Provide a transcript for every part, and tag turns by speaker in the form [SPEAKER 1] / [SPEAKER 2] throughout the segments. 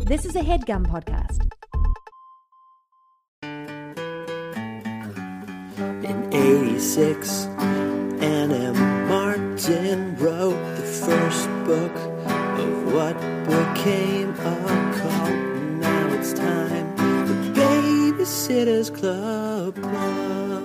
[SPEAKER 1] This is a headgum podcast.
[SPEAKER 2] In 86, Anna Martin wrote the first book of what became a cult. Now it's time for Babysitter's Club. Club.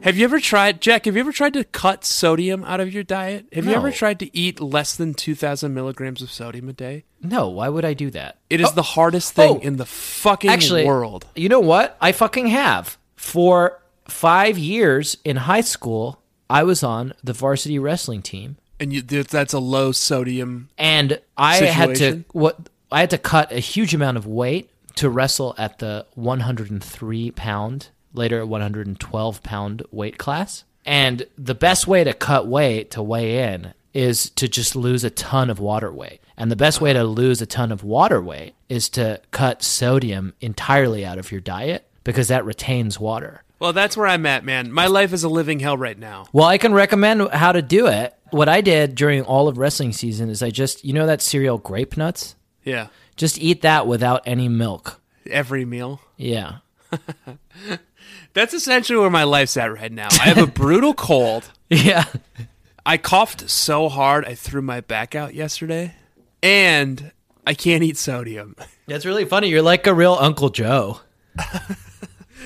[SPEAKER 3] Have you ever tried, Jack? Have you ever tried to cut sodium out of your diet? Have you ever
[SPEAKER 4] No.
[SPEAKER 3] tried to eat less than 2,000 milligrams of sodium a day?
[SPEAKER 4] No, why would I do that?
[SPEAKER 3] It is the hardest thing
[SPEAKER 4] Oh.
[SPEAKER 3] in the fucking
[SPEAKER 4] Actually,
[SPEAKER 3] world.
[SPEAKER 4] You know what? I fucking have. For five years in high school, I was on the varsity wrestling team,
[SPEAKER 3] And you, th- that's a low sodium.
[SPEAKER 4] and I had to
[SPEAKER 3] Situation?
[SPEAKER 4] what I had to cut a huge amount of weight to wrestle at the 103 pound, later 112 pound weight class. And the best way to cut weight to weigh in is to just lose a ton of water weight. And the best way to lose a ton of water weight is to cut sodium entirely out of your diet because that retains water.
[SPEAKER 3] Well, that's where I'm at, man. My life is a living hell right now.
[SPEAKER 4] Well, I can recommend how to do it. What I did during all of wrestling season is I just, you know, that cereal grape nuts?
[SPEAKER 3] Yeah.
[SPEAKER 4] Just eat that without any milk.
[SPEAKER 3] Every meal.
[SPEAKER 4] Yeah.
[SPEAKER 3] That's essentially where my life's at right now. I have a brutal cold.
[SPEAKER 4] Yeah.
[SPEAKER 3] I coughed so hard I threw my back out yesterday. And I can't eat sodium.
[SPEAKER 4] That's really funny. You're like a real Uncle Joe.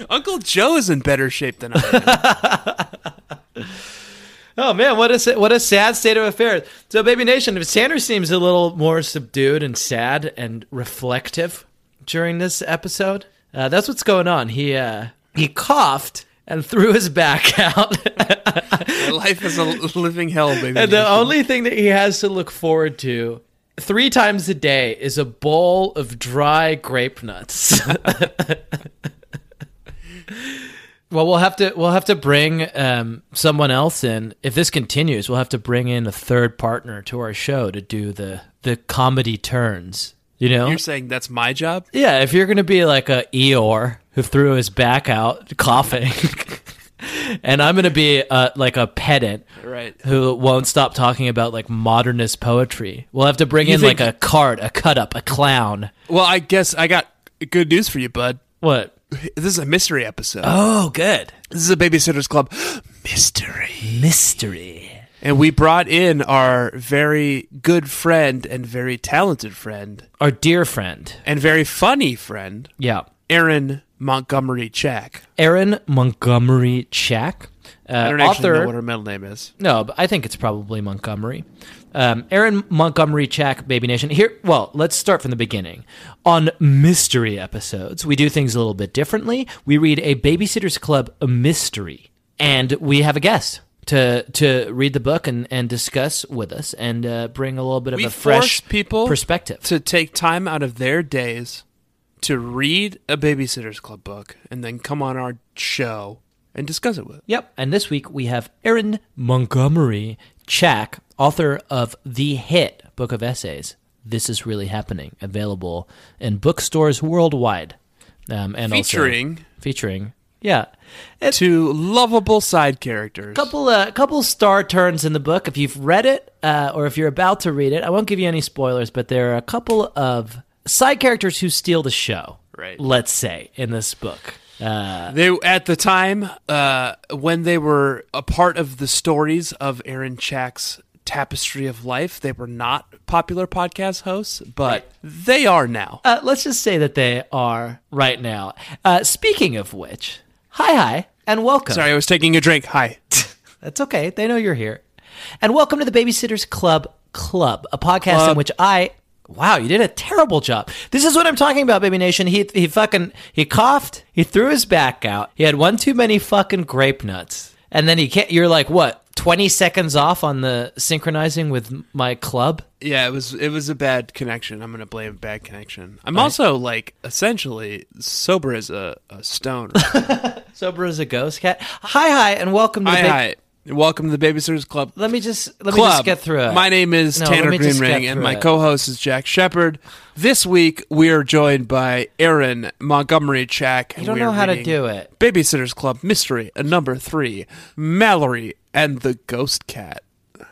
[SPEAKER 3] Uncle Joe is in better shape than I am.
[SPEAKER 4] Oh man, what a sa- what a sad state of affairs. So Baby Nation, if Sanders seems a little more subdued and sad and reflective during this episode, uh, that's what's going on. He uh, he coughed and threw his back out.
[SPEAKER 3] My life is a living hell, baby.
[SPEAKER 4] And the only thing that he has to look forward to three times a day is a bowl of dry grape nuts. well, we'll have to we'll have to bring um, someone else in. If this continues, we'll have to bring in a third partner to our show to do the the comedy turns. You know,
[SPEAKER 3] You're saying that's my job?
[SPEAKER 4] yeah. If you're gonna be like a Eeyore who threw his back out coughing. And I'm gonna be uh, like a pedant
[SPEAKER 3] Right.
[SPEAKER 4] who won't stop talking about like modernist poetry. We'll have to bring
[SPEAKER 3] You
[SPEAKER 4] in
[SPEAKER 3] think-
[SPEAKER 4] like a card, a cut up, a clown.
[SPEAKER 3] Well, I guess I got good news for you, bud.
[SPEAKER 4] What?
[SPEAKER 3] This is a mystery episode.
[SPEAKER 4] Oh, good.
[SPEAKER 3] Uh, This is a Babysitter's Club mystery.
[SPEAKER 4] Mystery.
[SPEAKER 3] And we brought in our very good friend and very talented friend
[SPEAKER 4] Our dear friend.
[SPEAKER 3] and very funny friend,
[SPEAKER 4] Yeah.
[SPEAKER 3] Aaron Montgomery Chack.
[SPEAKER 4] Erin Montgomery Chack. Uh,
[SPEAKER 3] I don't actually
[SPEAKER 4] author.
[SPEAKER 3] know what her middle name is.
[SPEAKER 4] No, but I think it's probably Montgomery. Um, Aaron Montgomery Chack, Baby Nation. Here, well, let's start from the beginning. On mystery episodes, we do things a little bit differently. We read a Babysitters Club mystery, and we have a guest to to read the book and, and discuss with us and uh, bring a little bit of
[SPEAKER 3] We
[SPEAKER 4] a fresh
[SPEAKER 3] force people
[SPEAKER 4] perspective.
[SPEAKER 3] to take time out of their days to read a Babysitter's Club book and then come on our show and discuss it with.
[SPEAKER 4] Yep. And this week we have Erin Montgomery Chack, author of the hit book of essays, This Is Really Happening, available in bookstores worldwide. Um, and also-
[SPEAKER 3] Featuring-
[SPEAKER 4] featuring, yeah. It's
[SPEAKER 3] two lovable side characters.
[SPEAKER 4] a couple, uh, couple star turns in the book. If you've read it uh, or if you're about to read it, I won't give you any spoilers, but there are a couple of side characters who steal the show,
[SPEAKER 3] Right.
[SPEAKER 4] let's say, in this book.
[SPEAKER 3] They at the time uh, when they were a part of the stories of Aaron Chack's Tapestry of Life, they were not popular podcast hosts, but they are now.
[SPEAKER 4] Uh, let's just say that they are right now. Uh, speaking of which, hi, hi, and welcome.
[SPEAKER 3] Sorry, I was taking a drink. Hi.
[SPEAKER 4] That's okay. They know you're here. And welcome to the Babysitters Club Club, a podcast in which I. Wow, you did a terrible job. This is what I'm talking about, Baby Nation. He he fucking he coughed. He threw his back out. He had one too many fucking grape nuts. And then he can't. You're like what? Twenty seconds off on the synchronizing with my club.
[SPEAKER 3] Yeah, it was it was a bad connection. I'm gonna blame bad connection. I'm also like essentially sober as a, a stone.
[SPEAKER 4] Sober as a ghost cat. Hi, hi, and welcome to the
[SPEAKER 3] hi,
[SPEAKER 4] Big-
[SPEAKER 3] hi. Welcome to the Babysitters Club.
[SPEAKER 4] Let me just let me
[SPEAKER 3] Club.
[SPEAKER 4] just get through it.
[SPEAKER 3] My name is
[SPEAKER 4] No, let
[SPEAKER 3] Tanner
[SPEAKER 4] me just get
[SPEAKER 3] Greenring, and
[SPEAKER 4] through
[SPEAKER 3] my
[SPEAKER 4] it.
[SPEAKER 3] co-host is Jack Shepard. This week we are joined by Aaron Montgomery Chack.
[SPEAKER 4] You don't know how to do it.
[SPEAKER 3] Babysitter's Club Mystery, uh, number three, Mallory and the Ghost Cat.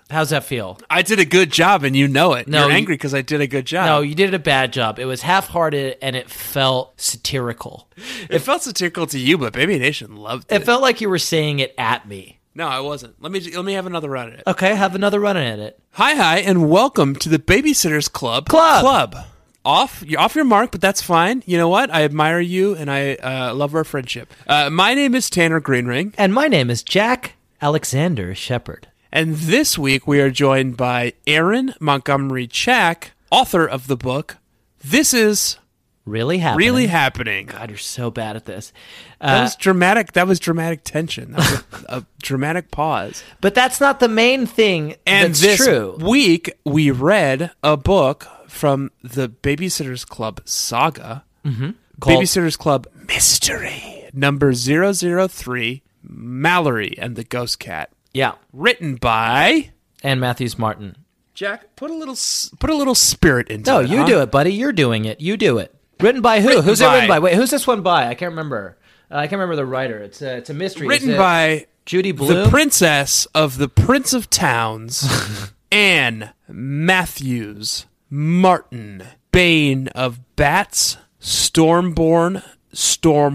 [SPEAKER 4] How's that feel?
[SPEAKER 3] I did a good job, and you know it.
[SPEAKER 4] No,
[SPEAKER 3] You're
[SPEAKER 4] you-
[SPEAKER 3] angry because I did a good job.
[SPEAKER 4] No, you did a bad job. It was half-hearted and it felt satirical.
[SPEAKER 3] it felt satirical to you, but Baby Nation loved
[SPEAKER 4] It
[SPEAKER 3] it.
[SPEAKER 4] felt like you were saying it at me.
[SPEAKER 3] no, I wasn't. Let me let me have another run at it.
[SPEAKER 4] Okay, have another run at it.
[SPEAKER 3] Hi, hi, and welcome to the Babysitters Club.
[SPEAKER 4] Club.
[SPEAKER 3] club. Off, you're off your mark, but that's fine. You know what? I admire you, and I uh, love our friendship. Uh, my name is Tanner Greenring,
[SPEAKER 4] And my name is Jack Alexander Shepard.
[SPEAKER 3] and this week we are joined by Aaron Montgomery Chack, author of the book. This is
[SPEAKER 4] Really happening.
[SPEAKER 3] really happening.
[SPEAKER 4] God, you're so bad at this.
[SPEAKER 3] That
[SPEAKER 4] Uh,
[SPEAKER 3] was dramatic. That was dramatic tension. That was a, a dramatic pause.
[SPEAKER 4] but that's not the main thing.
[SPEAKER 3] And
[SPEAKER 4] that's
[SPEAKER 3] this
[SPEAKER 4] true.
[SPEAKER 3] week we read a book from the Babysitters Club saga.
[SPEAKER 4] Called-
[SPEAKER 3] Babysitters Club Mystery number 003 Mallory and the Ghost Cat
[SPEAKER 4] yeah,
[SPEAKER 3] written by
[SPEAKER 4] and Matthews Martin.
[SPEAKER 3] Jack put a little s- put a little spirit into
[SPEAKER 4] No,
[SPEAKER 3] it.
[SPEAKER 4] you
[SPEAKER 3] huh?
[SPEAKER 4] do it, buddy. You're doing it. You do it. Written by who?
[SPEAKER 3] Written
[SPEAKER 4] who's it
[SPEAKER 3] by-
[SPEAKER 4] written by? Wait, who's this one by? I can't remember. Uh, I can't remember the writer. It's a, it's a mystery. Is
[SPEAKER 3] Written
[SPEAKER 4] it
[SPEAKER 3] by
[SPEAKER 4] Judy
[SPEAKER 3] the
[SPEAKER 4] Bloom.
[SPEAKER 3] princess of the Prince of Towns Anne Matthews Martin Bane of Bats Stormborn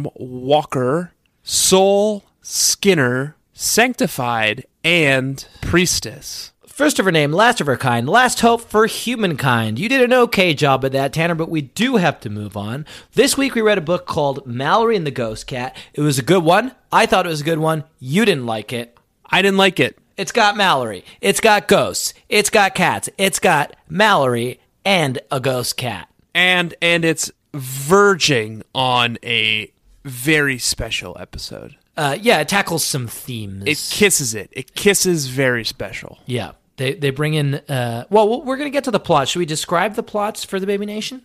[SPEAKER 3] Stormwalker Soul Skinner Sanctified and Priestess.
[SPEAKER 4] First of her name, last of her kind, last hope for humankind. You did an okay job at that, Tanner, but we do have to move on. This week we read a book called Mallory and the Ghost Cat. It was a good one. I thought it was a good one. You didn't like it.
[SPEAKER 3] I didn't like it.
[SPEAKER 4] It's got Mallory. It's got ghosts. It's got cats. It's got Mallory and a ghost cat.
[SPEAKER 3] and and it's verging on a very special episode.
[SPEAKER 4] Uh, yeah, it tackles some themes.
[SPEAKER 3] It kisses it. It kisses very special.
[SPEAKER 4] yeah, they they bring in. Uh, well, we're gonna get to the plot. Should we describe the plots for the Baby Nation?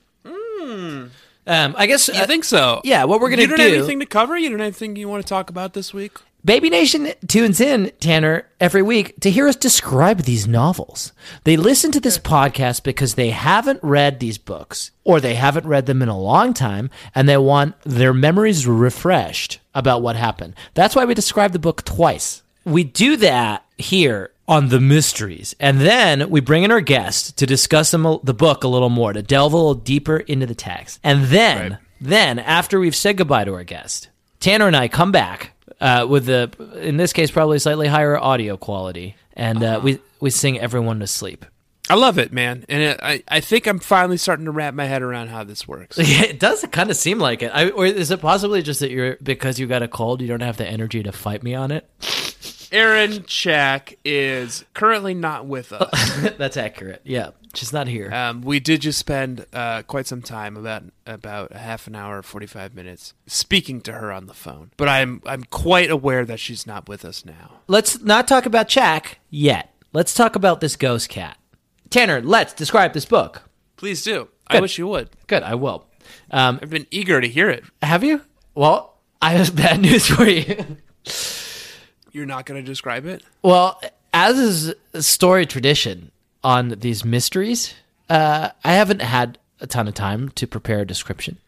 [SPEAKER 4] Um, I guess
[SPEAKER 3] I
[SPEAKER 4] uh,
[SPEAKER 3] think so.
[SPEAKER 4] yeah, what we're gonna
[SPEAKER 3] You don't have
[SPEAKER 4] do-
[SPEAKER 3] anything to cover. You don't have anything you want to talk about this week.
[SPEAKER 4] Baby Nation tunes in, Tanner, every week to hear us describe these novels. They listen to this podcast because they haven't read these books or they haven't read them in a long time and they want their memories refreshed about what happened. That's why we describe the book twice. We do that here on the mysteries. And then we bring in our guest to discuss them, the book a little more, to delve a little deeper into the text. And then, then after we've said goodbye to our guest, Tanner and I come back uh, with the, in this case, probably slightly higher audio quality, and uh, we we sing everyone to sleep.
[SPEAKER 3] I love it, man, and it, I I think I'm finally starting to wrap my head around how this works.
[SPEAKER 4] Yeah, it does kind of seem like it. I, or is it possibly just that you're because you got a cold, you don't have the energy to fight me on it?
[SPEAKER 3] Aaron Chack is currently not with us.
[SPEAKER 4] That's accurate. Yeah, she's not here.
[SPEAKER 3] Um, we did just spend uh, quite some time about about a half an hour, forty five minutes speaking to her on the phone. But I'm I'm quite aware that she's not with us now.
[SPEAKER 4] let's not talk about Jack yet. Let's talk about this ghost cat. Tanner, let's describe this book.
[SPEAKER 3] Please do. I
[SPEAKER 4] Good.
[SPEAKER 3] wish you would.
[SPEAKER 4] Good, I will. Um,
[SPEAKER 3] I've been eager to hear it.
[SPEAKER 4] have you? Well, I have bad news for you.
[SPEAKER 3] You're not going to describe it?
[SPEAKER 4] Well, as is story tradition on these mysteries, uh, I haven't had a ton of time to prepare a description.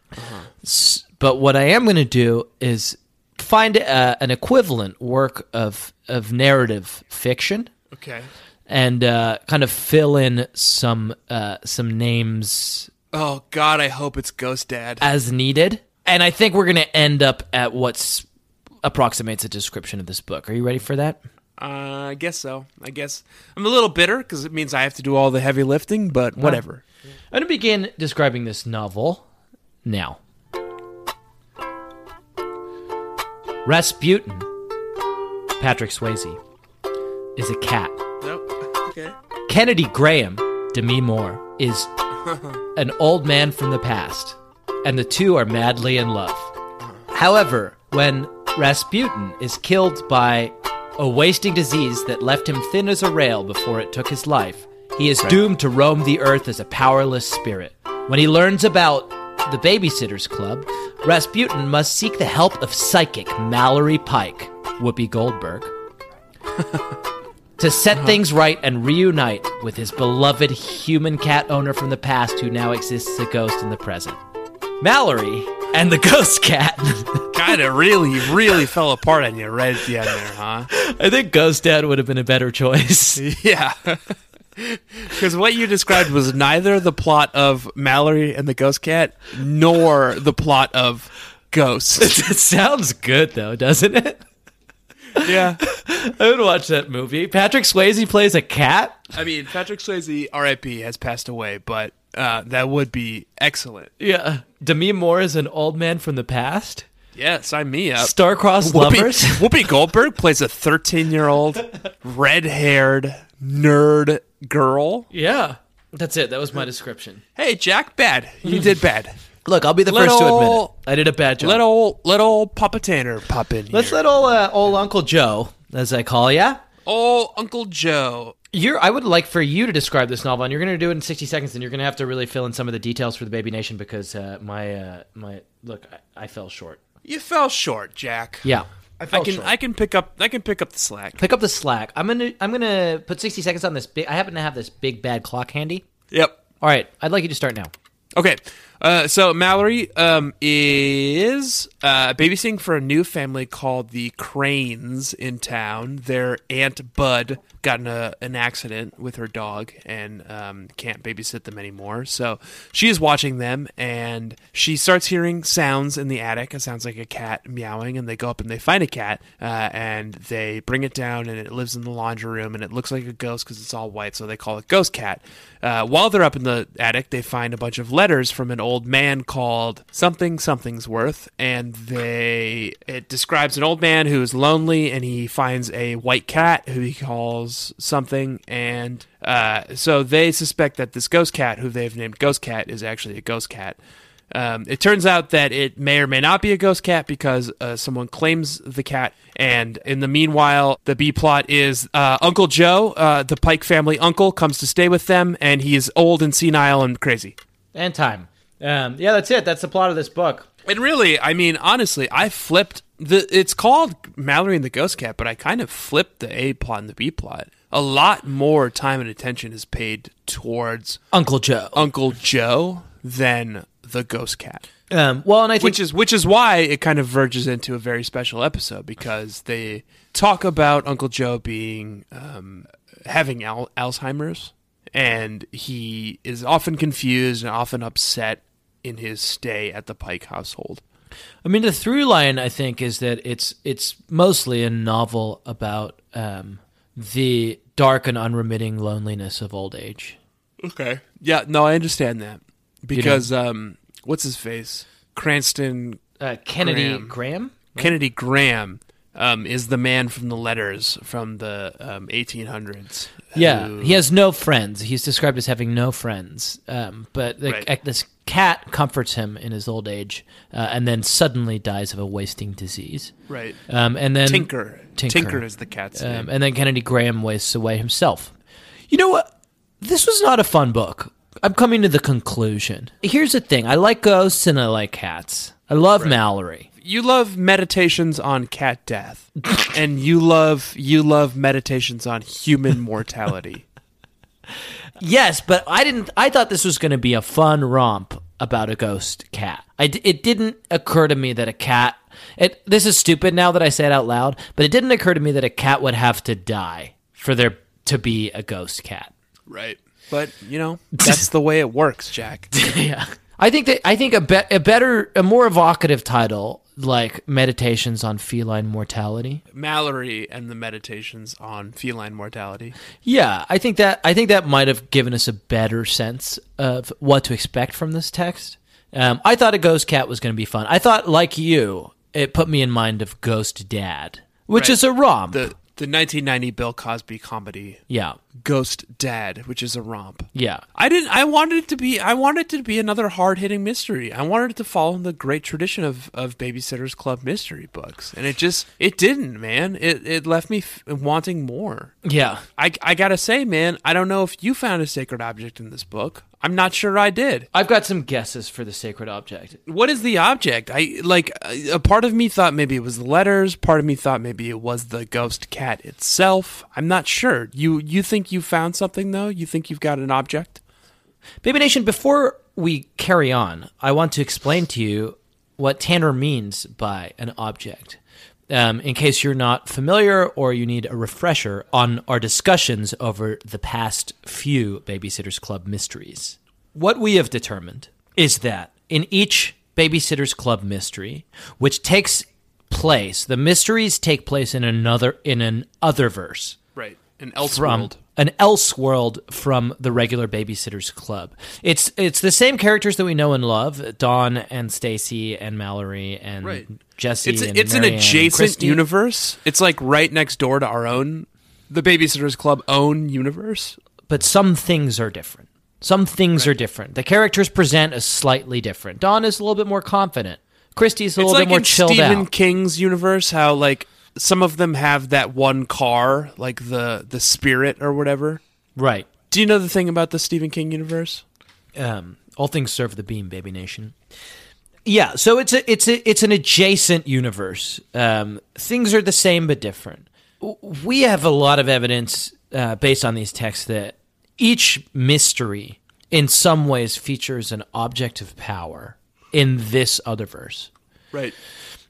[SPEAKER 4] S- But what I am going to do is find uh, an equivalent work of of narrative fiction
[SPEAKER 3] Okay.
[SPEAKER 4] and uh, kind of fill in some uh, some names
[SPEAKER 3] Oh God, I hope it's Ghost Dad.
[SPEAKER 4] as needed. And I think we're going to end up at what's approximates a description of this book. Are you ready for that?
[SPEAKER 3] Uh, I guess so. I guess I'm a little bitter because it means I have to do all the heavy lifting, but whatever.
[SPEAKER 4] I'm going to begin describing this novel now. Rasputin, Patrick Swayze, is a cat.
[SPEAKER 3] Nope. Okay.
[SPEAKER 4] Kennedy Graham, Demi Moore, is an old man from the past, and the two are madly in love. However, when Rasputin is killed by a wasting disease that left him thin as a rail before it took his life, he is doomed to roam the earth as a powerless spirit. When he learns about the Babysitters Club, Rasputin must seek the help of psychic Mallory Pike, Whoopi Goldberg, to set things right and reunite with his beloved human cat owner from the past who now exists as a ghost in the present. Mallory and the ghost cat.
[SPEAKER 3] kind of really, really fell apart on you right at the end there, huh?
[SPEAKER 4] I think Ghost Dad would have been a better choice.
[SPEAKER 3] Yeah. Because what you described was neither the plot of Mallory and the Ghost Cat nor the plot of Ghost.
[SPEAKER 4] it sounds good though, doesn't it?
[SPEAKER 3] yeah.
[SPEAKER 4] I would watch that movie. Patrick Swayze plays a cat.
[SPEAKER 3] I mean, Patrick Swayze, RIP, has passed away, but uh, that would be excellent.
[SPEAKER 4] Yeah. Demi Moore is an old man from the past.
[SPEAKER 3] Yeah, sign me
[SPEAKER 4] Uh,
[SPEAKER 3] up.
[SPEAKER 4] Star-crossed lovers.
[SPEAKER 3] Whoopi, Whoopi Goldberg plays a 13 year old, red haired, nerd girl.
[SPEAKER 4] Yeah. That's it. That was my description.
[SPEAKER 3] Hey, Jack, bad. You did bad.
[SPEAKER 4] Look, I'll be the
[SPEAKER 3] Let
[SPEAKER 4] first to admit it.
[SPEAKER 3] ol-
[SPEAKER 4] I did a bad job.
[SPEAKER 3] Let old, let old Papa Tanner pop in.
[SPEAKER 4] Let's
[SPEAKER 3] here.
[SPEAKER 4] let old, uh, old Uncle Joe, as I call ya.
[SPEAKER 3] old Uncle Joe.
[SPEAKER 4] You're, I would like for you to describe this novel, and you're going to do it in 60 seconds, and you're going to have to really fill in some of the details for the Baby Nation because uh, my uh, my look, I, I fell short.
[SPEAKER 3] You fell short, Jack.
[SPEAKER 4] Yeah,
[SPEAKER 3] I, can I can pick up I can pick up the slack.
[SPEAKER 4] pick up the slack. I'm gonna I'm gonna put 60 seconds on this. Big, I happen to have this big bad clock handy.
[SPEAKER 3] Yep.
[SPEAKER 4] All right, I'd like you to start now.
[SPEAKER 3] Okay. Uh, so Mallory um, is uh, babysitting for a new family called the Cranes in town. Their aunt Bud got in a, an accident with her dog and um, can't babysit them anymore. So she is watching them, and she starts hearing sounds in the attic. It sounds like a cat meowing, and they go up and they find a cat, uh, and they bring it down, and it lives in the laundry room, and it looks like a ghost because it's all white, so they call it Ghost Cat. Uh, while they're up in the attic, they find a bunch of letters from an old man called something something's worth, and they it describes an old man who is lonely, and he finds a white cat who he calls something, and uh, so they suspect that this ghost cat, who they've named Ghost Cat, is actually a ghost cat. Um, it turns out that it may or may not be a ghost cat because uh, someone claims the cat. And in the meanwhile, the B plot is uh, Uncle Joe, uh, the Pike family uncle, comes to stay with them, and he's old and senile and crazy.
[SPEAKER 4] And time. Um, yeah, that's it. That's the plot of this book.
[SPEAKER 3] And really, I mean, honestly, I flipped the. It's called Mallory and the Ghost Cat, but I kind of flipped the A plot and the B plot. A lot more time and attention is paid towards
[SPEAKER 4] Uncle Joe.
[SPEAKER 3] Uncle Joe than the Ghost Cat.
[SPEAKER 4] Um, well, and I think
[SPEAKER 3] which is which is why it kind of verges into a very special episode because they talk about Uncle Joe being um, having al- Alzheimer's and he is often confused and often upset in his stay at the Pike household.
[SPEAKER 4] I mean, the through line I think is that it's it's mostly a novel about um, the dark and unremitting loneliness of old age.
[SPEAKER 3] Okay. Yeah, no, I understand that because um, what's his face Cranston
[SPEAKER 4] Uh, Kennedy
[SPEAKER 3] Graham.
[SPEAKER 4] Graham.
[SPEAKER 3] Kennedy Graham. Um, is the man from the letters from the um, Uh, 1800s?
[SPEAKER 4] Yeah,
[SPEAKER 3] who-
[SPEAKER 4] he has no friends. He's described as having no friends. Um, but the,
[SPEAKER 3] Right.
[SPEAKER 4] this cat comforts him in his old age, uh, and then suddenly dies of a wasting disease.
[SPEAKER 3] right.
[SPEAKER 4] Um, and then
[SPEAKER 3] Tinker. Tinker.
[SPEAKER 4] Tinker.
[SPEAKER 3] is the cat's name.
[SPEAKER 4] Um, and then Kennedy Graham wastes away himself. You know what? This was not a fun book. I'm coming to the conclusion. Here's the thing I like ghosts and I like cats. I love Mallory.
[SPEAKER 3] you love meditations on cat death, and you love you love meditations on human mortality.
[SPEAKER 4] Yes, but I didn't. I thought this was going to be a fun romp about a ghost cat. I d it didn't occur to me that a cat. It, this is stupid now that I say it out loud, but it didn't occur to me that a cat would have to die for there to be a ghost cat.
[SPEAKER 3] right. But you know that's the way it works, Jack.
[SPEAKER 4] yeah. I think that I think a, be- a better, a more evocative title like "Meditations on Feline Mortality."
[SPEAKER 3] Mallory and the meditations on feline mortality.
[SPEAKER 4] Yeah, I think that I think that might have given us a better sense of what to expect from this text. Um, I thought a ghost cat was going to be fun. I thought, like you, it put me in mind of Ghost Dad, which
[SPEAKER 3] Right.
[SPEAKER 4] is a romp.
[SPEAKER 3] The the 1990 Bill Cosby comedy
[SPEAKER 4] yeah,
[SPEAKER 3] Ghost Dad, which is a romp.
[SPEAKER 4] yeah.
[SPEAKER 3] I didn't. I wanted it to be. I wanted it to be another hard hitting mystery. I wanted it to follow the great tradition of of Babysitters Club mystery books, and it just it didn't, man. It it left me f- wanting more.
[SPEAKER 4] Yeah.
[SPEAKER 3] I I gotta say, man, I don't know if you found a sacred object in this book. I'm not sure I did.
[SPEAKER 4] I've got some guesses for the sacred object.
[SPEAKER 3] What is the object? I like a a part of me thought maybe it was the letters. Part of me thought maybe it was the ghost cat itself. I'm not sure. You you think you found something though? You think you've got an object?
[SPEAKER 4] Baby Nation, before we carry on, I want to explain to you what Tanner means by an object. Um, in case you're not familiar or you need a refresher on our discussions over the past few Babysitters Club mysteries, what we have determined is that in each Babysitters Club mystery, which takes place, the mysteries take place in another in an other verse
[SPEAKER 3] Right. An else
[SPEAKER 4] from
[SPEAKER 3] world.
[SPEAKER 4] an else world from the regular babysitters club it's it's the same characters that we know and love dawn and stacy and mallory and
[SPEAKER 3] Right.
[SPEAKER 4] jesse
[SPEAKER 3] It's
[SPEAKER 4] and
[SPEAKER 3] it's an
[SPEAKER 4] Marianne and
[SPEAKER 3] adjacent
[SPEAKER 4] Christy.
[SPEAKER 3] universe. It's like right next door to our own, the Babysitters Club own universe.
[SPEAKER 4] but some things are different some things are different the characters present as slightly different dawn is a little bit more confident christy's a
[SPEAKER 3] It's
[SPEAKER 4] little
[SPEAKER 3] like
[SPEAKER 4] bit more
[SPEAKER 3] in
[SPEAKER 4] chilled
[SPEAKER 3] Stephen
[SPEAKER 4] out
[SPEAKER 3] King's universe, how like some of them have that one car, like the the spirit or whatever.
[SPEAKER 4] right
[SPEAKER 3] Do you know the thing about the Stephen King universe?
[SPEAKER 4] um, all things serve the beam, baby nation. Yeah, so it's a it's a it's an adjacent universe. Um, things are the same but different. W- We have a lot of evidence uh, based on these texts that each mystery, in some ways, features an object of power in this other verse
[SPEAKER 3] Right.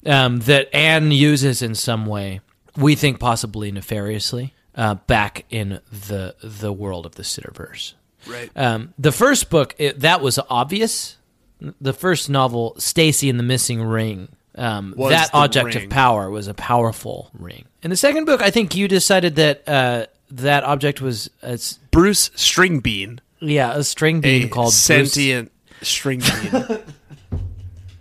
[SPEAKER 4] um, that Anne uses in some way. We think possibly nefariously uh, back in the the world of the Sitterverse.
[SPEAKER 3] Right.
[SPEAKER 4] Um, the first book it, that was obvious. The first novel, Stacy and the Missing Ring, um,
[SPEAKER 3] Was
[SPEAKER 4] that
[SPEAKER 3] the
[SPEAKER 4] object
[SPEAKER 3] ring.
[SPEAKER 4] of power was a powerful ring. In the second book, I think you decided that uh, that object was a, s-
[SPEAKER 3] Bruce Stringbean,
[SPEAKER 4] yeah a string bean
[SPEAKER 3] a
[SPEAKER 4] called Bruce.
[SPEAKER 3] sentient stringbean.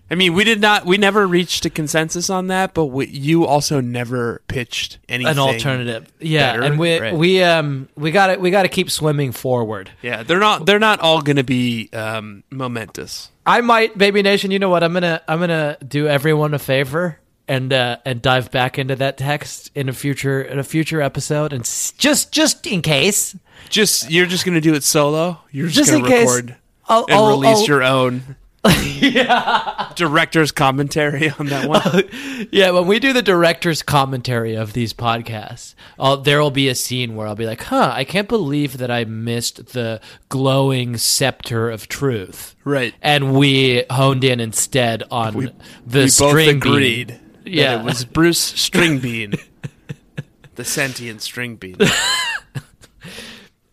[SPEAKER 3] I mean, we did not, we never reached a consensus on that, but we, you also never pitched anything.
[SPEAKER 4] An alternative, yeah,
[SPEAKER 3] better,
[SPEAKER 4] and we
[SPEAKER 3] right.
[SPEAKER 4] we um we got it. We got to keep swimming forward.
[SPEAKER 3] Yeah, they're not, they're not all going to be um, momentous.
[SPEAKER 4] I might, Baby Nation. You know what? I'm gonna I'm gonna do everyone a favor and uh, and dive back into that text in a future in a future episode, and s- just just in case,
[SPEAKER 3] Just, you're just going to do it solo. You're just,
[SPEAKER 4] Just
[SPEAKER 3] going
[SPEAKER 4] in
[SPEAKER 3] to
[SPEAKER 4] case,
[SPEAKER 3] record
[SPEAKER 4] I'll-
[SPEAKER 3] and
[SPEAKER 4] I'll-
[SPEAKER 3] release
[SPEAKER 4] I'll-
[SPEAKER 3] your own director's commentary on that one.
[SPEAKER 4] Uh, yeah. When we do the director's commentary of these podcasts, I'll, there will be a scene where I'll be like, "Huh, I can't believe that I missed the glowing scepter of truth."
[SPEAKER 3] Right.
[SPEAKER 4] And we honed in instead on
[SPEAKER 3] We-
[SPEAKER 4] the
[SPEAKER 3] we both
[SPEAKER 4] string bean.
[SPEAKER 3] agreed
[SPEAKER 4] Yeah.
[SPEAKER 3] that it was Bruce Stringbean, the sentient stringbean.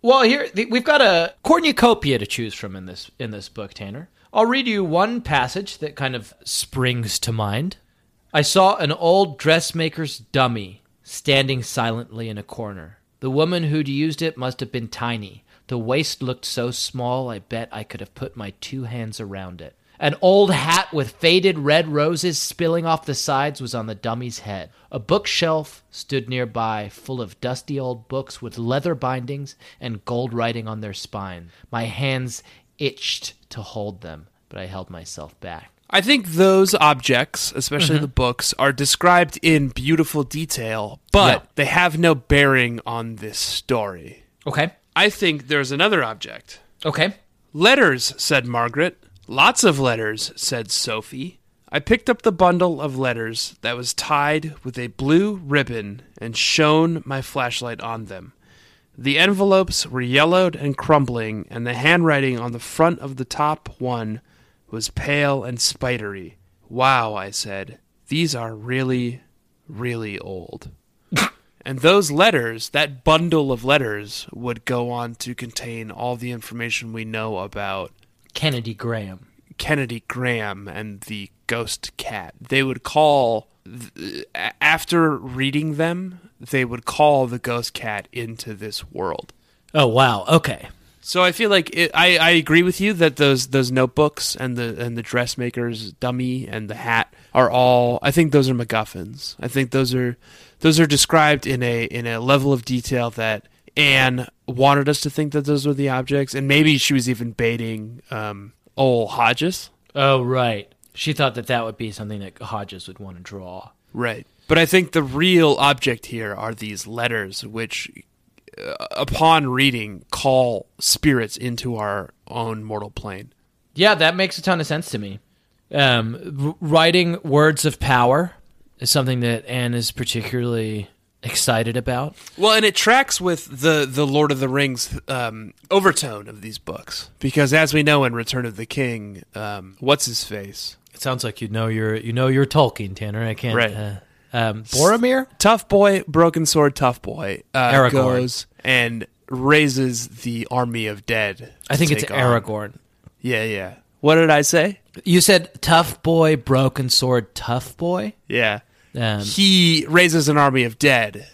[SPEAKER 4] Well, here th- we've got a cornucopia to choose from in this in this book, Tanner. I'll read you one passage that kind of springs to mind. I saw an old dressmaker's dummy standing silently in a corner. The woman who'd used it must have been tiny. The waist looked so small, I bet I could have put my two hands around it. An old hat with faded red roses spilling off the sides was on the dummy's head. A bookshelf stood nearby, full of dusty old books with leather bindings and gold writing on their spine. My hands itched to hold them, but I held myself back.
[SPEAKER 3] I think those objects, especially the books, are described in beautiful detail, but
[SPEAKER 4] Yeah.
[SPEAKER 3] they have no bearing on this story.
[SPEAKER 4] Okay.
[SPEAKER 3] I think there's another object.
[SPEAKER 4] Okay.
[SPEAKER 3] Letters, said Margaret. Lots of letters, said Sophie. I picked up the bundle of letters that was tied with a blue ribbon and shone my flashlight on them. The envelopes were yellowed and crumbling, and the handwriting on the front of the top one was pale and spidery. Wow, I said, these are really, really old. And those letters, that bundle of letters, would go on to contain all the information we know about
[SPEAKER 4] Kennedy Graham.
[SPEAKER 3] Kennedy Graham and the ghost cat. They would call, th- a- after reading them, they would call the ghost cat into this world.
[SPEAKER 4] Oh wow. Okay.
[SPEAKER 3] So I feel like it, I, I agree with you that those those notebooks and the and the dressmaker's dummy and the hat are all I think those are MacGuffins. I think those are those are described in a in a level of detail that Anne wanted us to think that those were the objects, and maybe she was even baiting um, old Hodges.
[SPEAKER 4] Oh right. She thought that that would be something that Hodges would want to draw.
[SPEAKER 3] Right. But I think the real object here are these letters, which, uh, upon reading, call spirits into our own mortal plane.
[SPEAKER 4] Yeah, that makes a ton of sense to me. Um, r- writing words of power is something that Anne is particularly excited about.
[SPEAKER 3] Well, and it tracks with the the Lord of the Rings um, overtone of these books because, as we know in Return of the King, um, what's his face
[SPEAKER 4] It sounds like you know your you know your Tolkien, Tanner. I can't.
[SPEAKER 3] Right.
[SPEAKER 4] Uh, um, Boromir.
[SPEAKER 3] Tough boy, broken sword, tough boy uh,
[SPEAKER 4] Aragorn.
[SPEAKER 3] goes and raises the army of dead.
[SPEAKER 4] I think
[SPEAKER 3] to
[SPEAKER 4] it's
[SPEAKER 3] take on-
[SPEAKER 4] Aragorn.
[SPEAKER 3] Yeah, yeah. What did I say?
[SPEAKER 4] You said tough boy, broken sword, tough boy.
[SPEAKER 3] Yeah.
[SPEAKER 4] Um, Mm-hmm.
[SPEAKER 3] he raises an army of dead,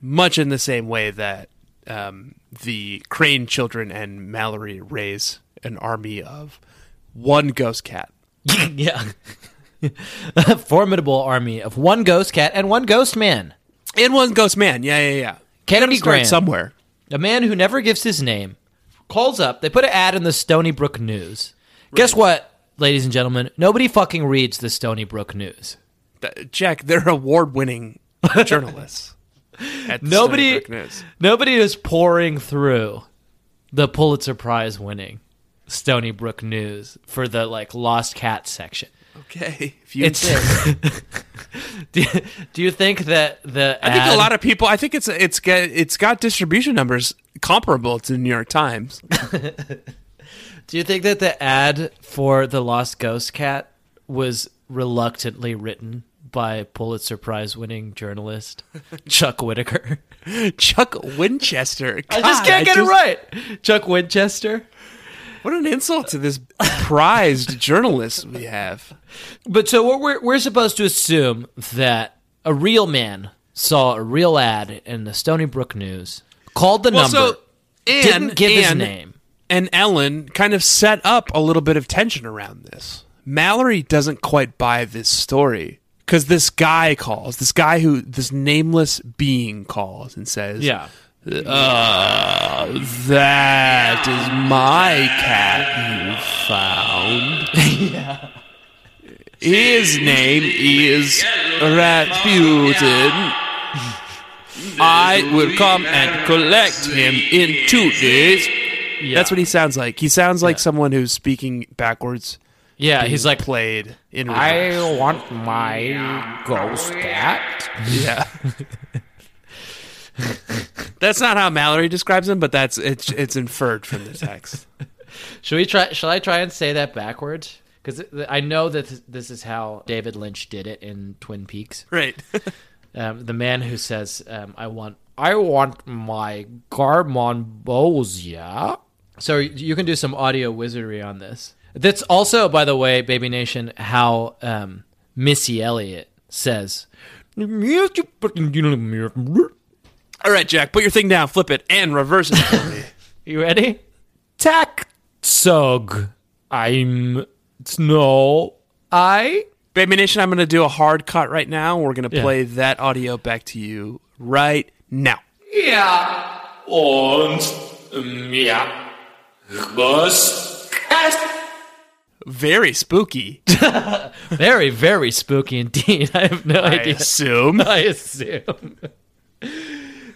[SPEAKER 3] much in the same way that um, the Crane children and Mallory raise an army of one ghost cat.
[SPEAKER 4] yeah. A formidable army of one ghost cat and one ghost man.
[SPEAKER 3] And one ghost man. Yeah, yeah, yeah.
[SPEAKER 4] Kennedy
[SPEAKER 3] Start
[SPEAKER 4] Graham,
[SPEAKER 3] somewhere.
[SPEAKER 4] a man who never gives his name, calls up. They put an ad in the Stony Brook News. Guess what, ladies and gentlemen? Nobody fucking reads the Stony Brook News.
[SPEAKER 3] Th- Jack, they're award winning journalists. at the Stony
[SPEAKER 4] Nobody,
[SPEAKER 3] Brook News.
[SPEAKER 4] nobody is pouring through the Pulitzer Prize winning Stony Brook News for the like lost cat section.
[SPEAKER 3] Okay. If you
[SPEAKER 4] It's
[SPEAKER 3] insist.
[SPEAKER 4] do, do you think that the
[SPEAKER 3] I think a lot of people. I think it's it's got it's got distribution numbers comparable to the New York Times.
[SPEAKER 4] do you think that the ad for the lost ghost cat was reluctantly written by Pulitzer Prize winning journalist Chuck Whitaker?
[SPEAKER 3] Chuck Winchester.
[SPEAKER 4] I just
[SPEAKER 3] God,
[SPEAKER 4] can't get
[SPEAKER 3] just-
[SPEAKER 4] it right. Chuck Winchester.
[SPEAKER 3] What an insult to this prized journalist we have.
[SPEAKER 4] But so what we're we're supposed to assume that a real man saw a real ad in the Stony Brook News, called the number, didn't give his name.
[SPEAKER 3] And Ellen kind of set up a little bit of tension around this. Mallory doesn't quite buy this story because this guy calls, this guy who, this nameless being calls and says,
[SPEAKER 4] Yeah.
[SPEAKER 3] Uh, that is my cat you found. His name is Rasputin. I will come and collect him in two days. That's what he sounds like. He sounds like someone who's speaking backwards.
[SPEAKER 4] Yeah, Uh, he's like
[SPEAKER 3] played in
[SPEAKER 5] I
[SPEAKER 3] reverse.
[SPEAKER 5] want my ghost cat.
[SPEAKER 3] Yeah. that's not how Mallory describes him, but that's it's it's inferred from the text.
[SPEAKER 4] Should we try? Shall I try and say that backwards? Because I know that th- this is how David Lynch did it in Twin Peaks.
[SPEAKER 3] Right.
[SPEAKER 4] Um, the man who says, um, "I want."
[SPEAKER 5] I want my Garmonbosia.
[SPEAKER 4] So you can do some audio wizardry on this. That's also, by the way, Baby Nation, how um, Missy Elliott says.
[SPEAKER 3] All right, Jack, put your thing down, flip it, and reverse it for me.
[SPEAKER 4] You ready?
[SPEAKER 5] Taksug. I'm snow. I
[SPEAKER 3] Baby Nation, I'm going to do a hard cut right now. We're going to
[SPEAKER 4] Yeah.
[SPEAKER 3] play that audio back to you right now.
[SPEAKER 5] Ja. Und mir Ghost
[SPEAKER 3] Very spooky,
[SPEAKER 4] Very, very spooky indeed. I have no
[SPEAKER 3] I
[SPEAKER 4] idea.
[SPEAKER 3] assume.
[SPEAKER 4] I assume.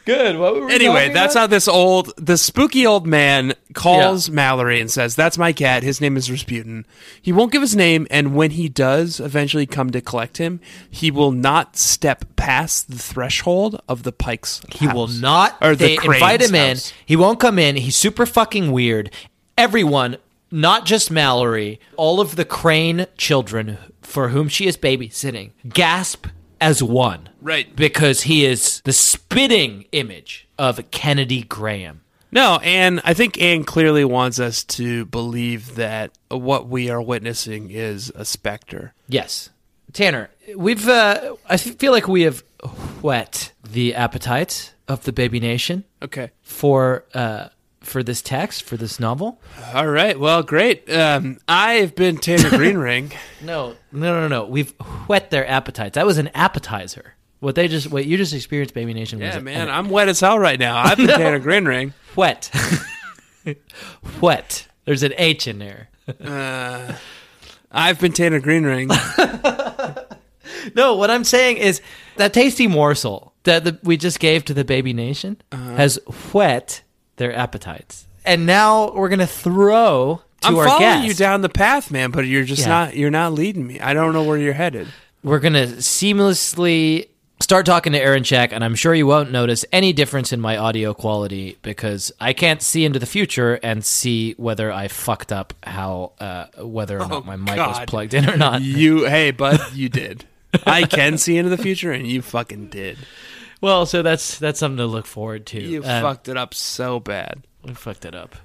[SPEAKER 4] Good. What were we
[SPEAKER 3] Anyway,
[SPEAKER 4] talking
[SPEAKER 3] that's
[SPEAKER 4] about?
[SPEAKER 3] how this old, the spooky old man calls Mallory and says, That's my cat. His name is Rasputin. He won't give his name, and when he does eventually come to collect him, he will not step past the threshold of the Pike's
[SPEAKER 4] He will not.
[SPEAKER 3] Or the
[SPEAKER 4] they invite
[SPEAKER 3] Crane's
[SPEAKER 4] him in.
[SPEAKER 3] house.
[SPEAKER 4] He won't come in. He's super fucking weird. Everyone, not just Mallory, all of the Crane children for whom she is babysitting, gasp as one.
[SPEAKER 3] Right.
[SPEAKER 4] Because he is the spitting image of Kennedy Graham.
[SPEAKER 3] No, and I think Anne clearly wants us to believe that what we are witnessing is a specter.
[SPEAKER 4] Yes. Tanner, we've, uh, I feel like we have whet the appetite of the baby nation
[SPEAKER 3] Okay.
[SPEAKER 4] for, uh, for this text, for this novel.
[SPEAKER 3] All right. Well, great. Um, I've been Tanner Greenring.
[SPEAKER 4] No, no, no, no. We've whet their appetites. That was an appetizer. What they just what you just experienced, Baby Nation. was
[SPEAKER 3] yeah,
[SPEAKER 4] an-
[SPEAKER 3] man.
[SPEAKER 4] an
[SPEAKER 3] I'm wet as hell right now. I've been Tanner Greenring.
[SPEAKER 4] wet, wet. There's an H in there.
[SPEAKER 3] I've been Tanner Greenring.
[SPEAKER 4] No, what I'm saying is that tasty morsel that the, we just gave to the Baby Nation
[SPEAKER 3] Uh-huh.
[SPEAKER 4] has whet their appetites, and now we're gonna throw to
[SPEAKER 3] I'm
[SPEAKER 4] our
[SPEAKER 3] following
[SPEAKER 4] guest.
[SPEAKER 3] you down the path, man, but you're just
[SPEAKER 4] Yeah.
[SPEAKER 3] not. You're not leading me. I don't know where you're headed.
[SPEAKER 4] We're gonna seamlessly Start talking to Aaron Check, and I'm sure you won't notice any difference in my audio quality because I can't see into the future and see whether I fucked up how uh, whether or not my mic was
[SPEAKER 3] Oh, God.
[SPEAKER 4] plugged in or
[SPEAKER 3] Uh,
[SPEAKER 4] not.
[SPEAKER 3] You, hey, bud, you did. I can see into the future, and you fucking did.
[SPEAKER 4] Well, so that's that's something to look forward to.
[SPEAKER 3] You
[SPEAKER 4] Um,
[SPEAKER 3] fucked it up so bad.
[SPEAKER 4] We fucked it up.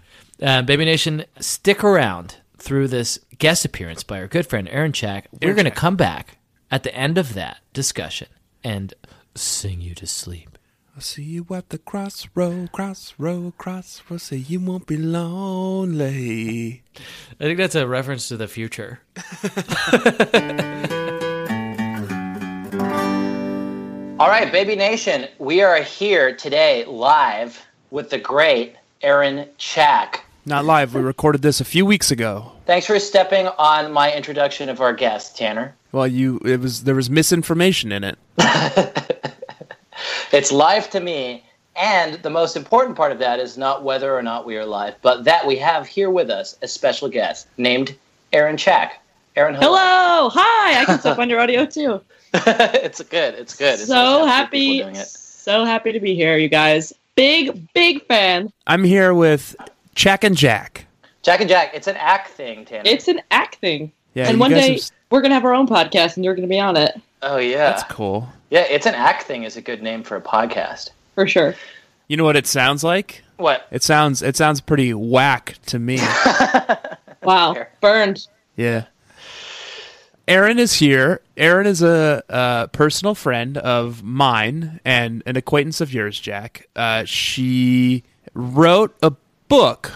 [SPEAKER 4] Uh, Baby Nation, stick around through this guest appearance by our good friend Aaron Chack. We're going to come back at the end of that discussion and sing you to sleep.
[SPEAKER 3] I'll see you at the crossroad, crossroad, crossroad. So you won't be lonely.
[SPEAKER 4] I think that's a reference to the future.
[SPEAKER 6] All right, Baby Nation, we are here today live with the great Aaron Chack.
[SPEAKER 3] Not live. We recorded this a few weeks ago.
[SPEAKER 6] Thanks for stepping on my introduction of our guest, Tanner.
[SPEAKER 3] Well, you it was there was misinformation in it.
[SPEAKER 6] It's live to me, and the most important part of that is not whether or not we are live, but that we have here with us a special guest named Aaron Chack. Aaron,
[SPEAKER 7] Hello. Hi. I can step on your audio too.
[SPEAKER 6] it's good. It's good. It's nice to
[SPEAKER 7] so
[SPEAKER 6] have two
[SPEAKER 7] happy.
[SPEAKER 6] people doing it.
[SPEAKER 7] So happy to be here, you guys. Big, big fan.
[SPEAKER 3] I'm here with Check and Jack.
[SPEAKER 6] Jack and Jack, it's an act thing, Tanner.
[SPEAKER 7] It's an act thing.
[SPEAKER 3] Yeah,
[SPEAKER 7] and
[SPEAKER 3] you
[SPEAKER 7] one
[SPEAKER 3] guys
[SPEAKER 7] day
[SPEAKER 3] have s-
[SPEAKER 7] we're going to have our own podcast and you're going to be on it
[SPEAKER 6] oh yeah,
[SPEAKER 3] that's cool.
[SPEAKER 6] yeah. It's an act thing is a good name for a podcast.
[SPEAKER 7] for sure.
[SPEAKER 3] You know what it sounds like?
[SPEAKER 6] What?
[SPEAKER 3] It sounds it sounds pretty whack to me.
[SPEAKER 7] Wow.
[SPEAKER 6] Fair.
[SPEAKER 7] Burned.
[SPEAKER 3] Yeah. Aaron is here. Aaron is a, a personal friend of mine and an acquaintance of yours, Jack. Uh, she wrote a book,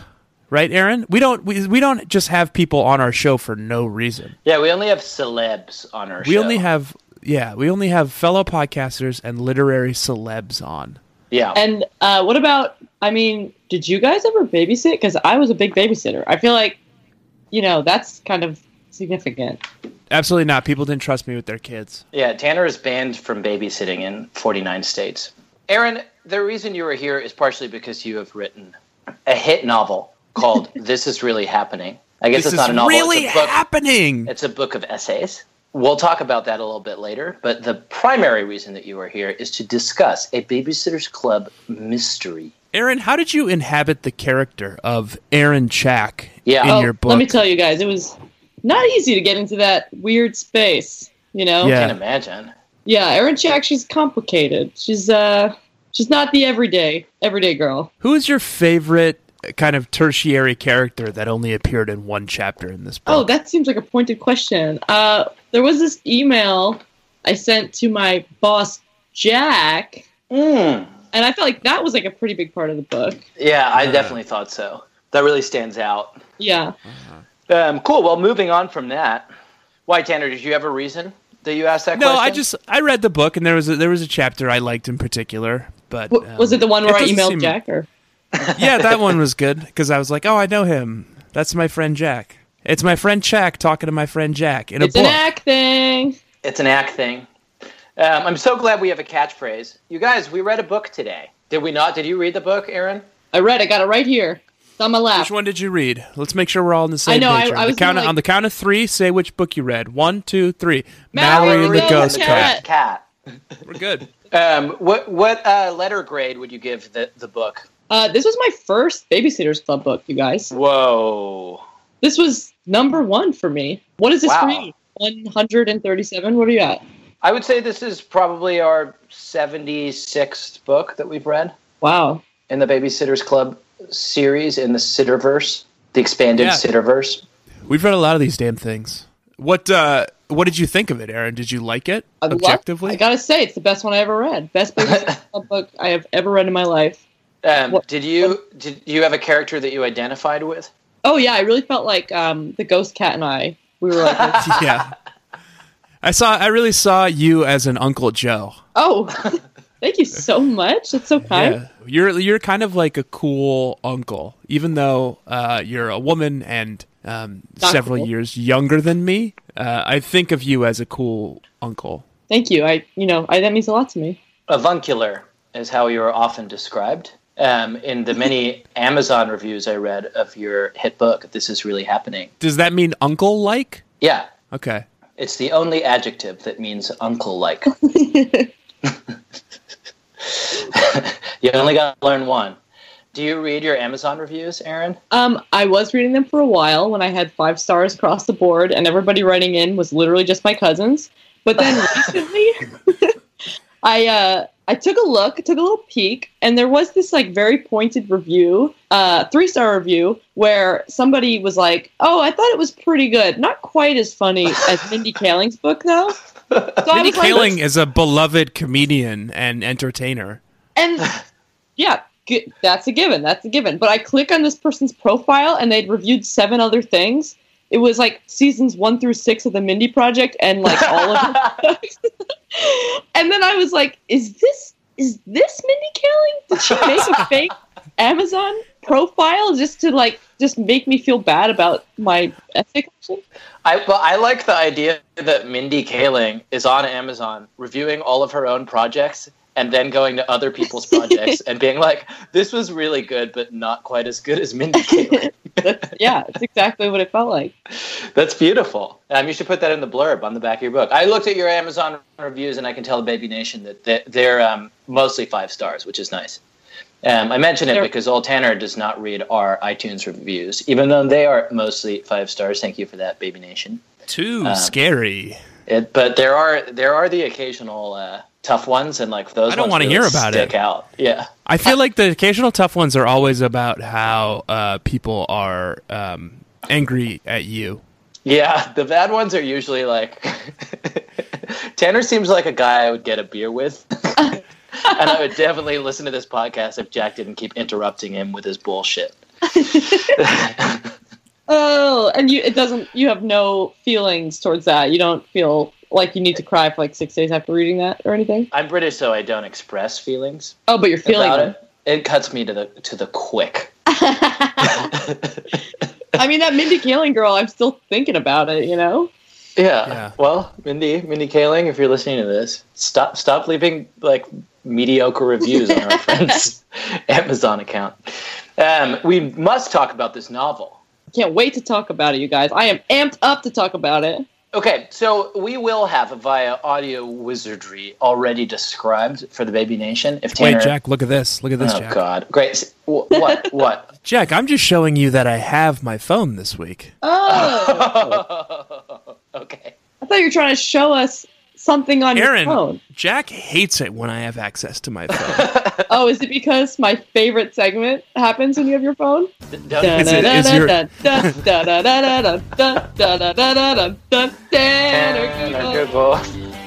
[SPEAKER 3] right, Aaron? We don't we, we don't just have people on our show for no reason.
[SPEAKER 6] Yeah, we only have celebs on our
[SPEAKER 3] We
[SPEAKER 6] show.
[SPEAKER 3] only have yeah, we only have fellow podcasters and literary celebs on.
[SPEAKER 6] yeah.
[SPEAKER 7] And uh, what about, I mean, did you guys ever babysit? Because I was a big babysitter. I feel like, you know, that's kind of significant.
[SPEAKER 3] Absolutely not. People didn't trust me with their kids.
[SPEAKER 6] Yeah, Tanner is banned from babysitting in 49 states. Aaron, the reason you are here is partially because you have written a hit novel called This Is Really Happening. I guess
[SPEAKER 3] this
[SPEAKER 6] it's not
[SPEAKER 3] is
[SPEAKER 6] a novel,
[SPEAKER 3] really
[SPEAKER 6] it's a book.
[SPEAKER 3] happening.
[SPEAKER 6] it's a book of essays. We'll talk about that a little bit later, but the primary reason that you are here is to discuss a Babysitters Club mystery.
[SPEAKER 3] Aaron, how did you inhabit the character of Aaron Chack
[SPEAKER 6] Yeah.
[SPEAKER 3] in
[SPEAKER 6] Oh,
[SPEAKER 3] your book?
[SPEAKER 7] Let me tell you guys, it was not easy to get into that weird space, you know?
[SPEAKER 3] Yeah.
[SPEAKER 6] I can imagine.
[SPEAKER 7] Yeah, Erin Jack, she's complicated. She's uh she's not the everyday everyday girl.
[SPEAKER 3] Who is your favorite uh, kind of tertiary character that only appeared in one chapter in this
[SPEAKER 7] Oh,
[SPEAKER 3] book?
[SPEAKER 7] that seems like a pointed question. Uh there was this email I sent to my boss Jack,
[SPEAKER 6] Mm.
[SPEAKER 7] and I felt like that was like a pretty big part of the book.
[SPEAKER 6] Yeah, I definitely thought so. That really stands out.
[SPEAKER 7] Yeah.
[SPEAKER 6] Um, cool. Well, moving on from that, why, Tanner? Did you have a reason that you asked that
[SPEAKER 3] no,
[SPEAKER 6] question?
[SPEAKER 3] I just I read the book and there was a, there was a chapter I liked in particular, but
[SPEAKER 7] W-
[SPEAKER 3] um,
[SPEAKER 7] was it the one where I
[SPEAKER 3] doesn't
[SPEAKER 7] emailed
[SPEAKER 3] seem-
[SPEAKER 7] Jack or
[SPEAKER 3] yeah, that one was good because I was like, oh, I know him. That's my friend Jack. It's my friend Jack talking to my friend Jack in a
[SPEAKER 7] It's
[SPEAKER 3] book.
[SPEAKER 7] an act thing.
[SPEAKER 6] it's an act thing. Um, I'm so glad we have a catchphrase. You guys, we read a book today. Did we not? Did you read the book, Aaron?
[SPEAKER 7] I read, I got it right here. It's on my lap.
[SPEAKER 3] Which one did you read? Let's make sure we're all on the same
[SPEAKER 7] I know,
[SPEAKER 3] page.
[SPEAKER 7] I-
[SPEAKER 3] here.
[SPEAKER 7] I
[SPEAKER 3] on, the
[SPEAKER 7] was gonna,
[SPEAKER 3] count,
[SPEAKER 7] like-
[SPEAKER 3] on the count of three, say which book you read. One, two, three.
[SPEAKER 7] Mallory
[SPEAKER 3] Mallory and the Ghost Cat.
[SPEAKER 7] Cat.
[SPEAKER 6] Cat.
[SPEAKER 3] We're good.
[SPEAKER 6] Um, what what uh, letter grade would you give the the book?
[SPEAKER 7] Uh this was my first babysitters club book, you guys.
[SPEAKER 6] Whoa.
[SPEAKER 7] This was number one for me. What is this for
[SPEAKER 6] Wow.
[SPEAKER 7] you? 137? What are you at?
[SPEAKER 6] I would say this is probably our 76th book that we've read
[SPEAKER 7] Wow.
[SPEAKER 6] in the Babysitters Club series in the Sitterverse, the expanded
[SPEAKER 3] Yeah.
[SPEAKER 6] Sitterverse.
[SPEAKER 3] We've read a lot of these damn things. What uh, what did you think of it, Aaron? Did you like it
[SPEAKER 7] I love-
[SPEAKER 3] objectively?
[SPEAKER 7] I gotta say, it's the best one I ever read. Best baby Club book I have ever read in my life.
[SPEAKER 6] Um,
[SPEAKER 7] What-
[SPEAKER 6] did you did you have a character that you identified with?
[SPEAKER 7] Oh yeah, I really felt like um, the ghost cat and I. We were like,
[SPEAKER 3] yeah. I saw. I really saw you as an Uncle Joe.
[SPEAKER 7] oh, thank you so much. That's so kind.
[SPEAKER 3] Yeah, you're you're kind of like a cool uncle, even though uh, you're a woman and um,
[SPEAKER 7] Not
[SPEAKER 3] several
[SPEAKER 7] cool.
[SPEAKER 3] years younger than me. Uh, I think of you as a cool uncle.
[SPEAKER 7] Thank you. I, you know, I, that means a lot to me.
[SPEAKER 6] avuncular is how you are often described. Um, in the many Amazon reviews I read of your hit book, this is really happening.
[SPEAKER 3] Does that mean uncle like?
[SPEAKER 6] Yeah,
[SPEAKER 3] Okay.
[SPEAKER 6] it's the only adjective that means uncle like. you only got to learn one. Do you read your Amazon reviews, Aaron?
[SPEAKER 7] Um, I was reading them for a while when I had five stars across the board, and everybody writing in was literally just my cousins. But then recently, I uh, I took a look, took a little peek, and there was this like very pointed review, uh, three star review, where somebody was like, "Oh, I thought it was pretty good. Not quite as funny as Mindy Kaling's book, though." So I
[SPEAKER 3] Mindy
[SPEAKER 7] was like-
[SPEAKER 3] Kaling is a beloved comedian and entertainer.
[SPEAKER 7] and yeah, g- that's a given. That's a given. But I click on this person's profile, and they'd reviewed seven other things. It was like seasons one through six of the Mindy Project, and like all of. and then I was like, "Is this is this Mindy Kaling? Did she make a fake Amazon profile just to like just make me feel bad about my essay collection?"
[SPEAKER 6] I, but I like the idea that Mindy Kaling is on Amazon reviewing all of her own projects and then going to other people's projects and being like, this was really good, but not quite as good as Mindy Kaling.
[SPEAKER 7] That's, yeah, it's exactly what it felt like.
[SPEAKER 6] That's beautiful. Um, you should put that in the blurb on the back of your book. I looked at your Amazon reviews and I can tell the Baby Nation that they- they're um, mostly five stars, which is nice. Um, I mention it
[SPEAKER 7] They're-
[SPEAKER 6] because Old Tanner does not read our iTunes reviews, even though they are mostly five stars. Thank you for that, Baby Nation.
[SPEAKER 3] Too
[SPEAKER 7] Uh,
[SPEAKER 3] scary.
[SPEAKER 6] It, but there are there are the occasional uh, tough ones, and like those.
[SPEAKER 3] I don't
[SPEAKER 6] ones
[SPEAKER 3] wanna
[SPEAKER 6] really
[SPEAKER 3] hear about
[SPEAKER 6] stick
[SPEAKER 3] it.
[SPEAKER 6] out. Yeah,
[SPEAKER 3] I feel like the occasional tough ones are always about how uh, people are um, angry at you.
[SPEAKER 6] yeah. The bad ones are usually like Tanner seems like a guy I would get a beer with, and I would definitely listen to this podcast if Jack didn't keep interrupting him with his bullshit.
[SPEAKER 7] Oh, and you it doesn't you have no feelings towards that. You don't feel like you need to cry for like six days after reading that or anything.
[SPEAKER 6] I'm British, so I don't express feelings
[SPEAKER 7] Oh, but you're feeling
[SPEAKER 6] about
[SPEAKER 7] them.
[SPEAKER 6] it. It cuts me to the to the quick.
[SPEAKER 7] I mean that Mindy Kaling girl, I'm still thinking about it, you know?
[SPEAKER 6] Yeah.
[SPEAKER 3] Yeah.
[SPEAKER 6] Well, Mindy, Mindy Kaling, if you're listening to this, stop stop leaving like mediocre reviews on our friend's Amazon account. Um, we must talk about this novel.
[SPEAKER 7] Can't wait to talk about it, you guys. I am amped up to talk about it.
[SPEAKER 6] Okay, so we will have via audio wizardry already described for the Baby Nation. If Tanner,
[SPEAKER 3] Wait, Jack, look at this. Look at this,
[SPEAKER 6] oh
[SPEAKER 3] Jack.
[SPEAKER 6] God, great. S- wh- What? What?
[SPEAKER 3] Jack, I'm just showing you that I have my phone this week.
[SPEAKER 7] Oh
[SPEAKER 6] okay.
[SPEAKER 7] I thought you were trying to show us something on
[SPEAKER 3] Aaron,
[SPEAKER 7] your phone.
[SPEAKER 3] Jack hates it when I have access to my phone.
[SPEAKER 7] Oh, is it because my favorite segment happens when you have your phone?
[SPEAKER 6] Don't-
[SPEAKER 3] Is it- is your-
[SPEAKER 6] Tanner,
[SPEAKER 7] Is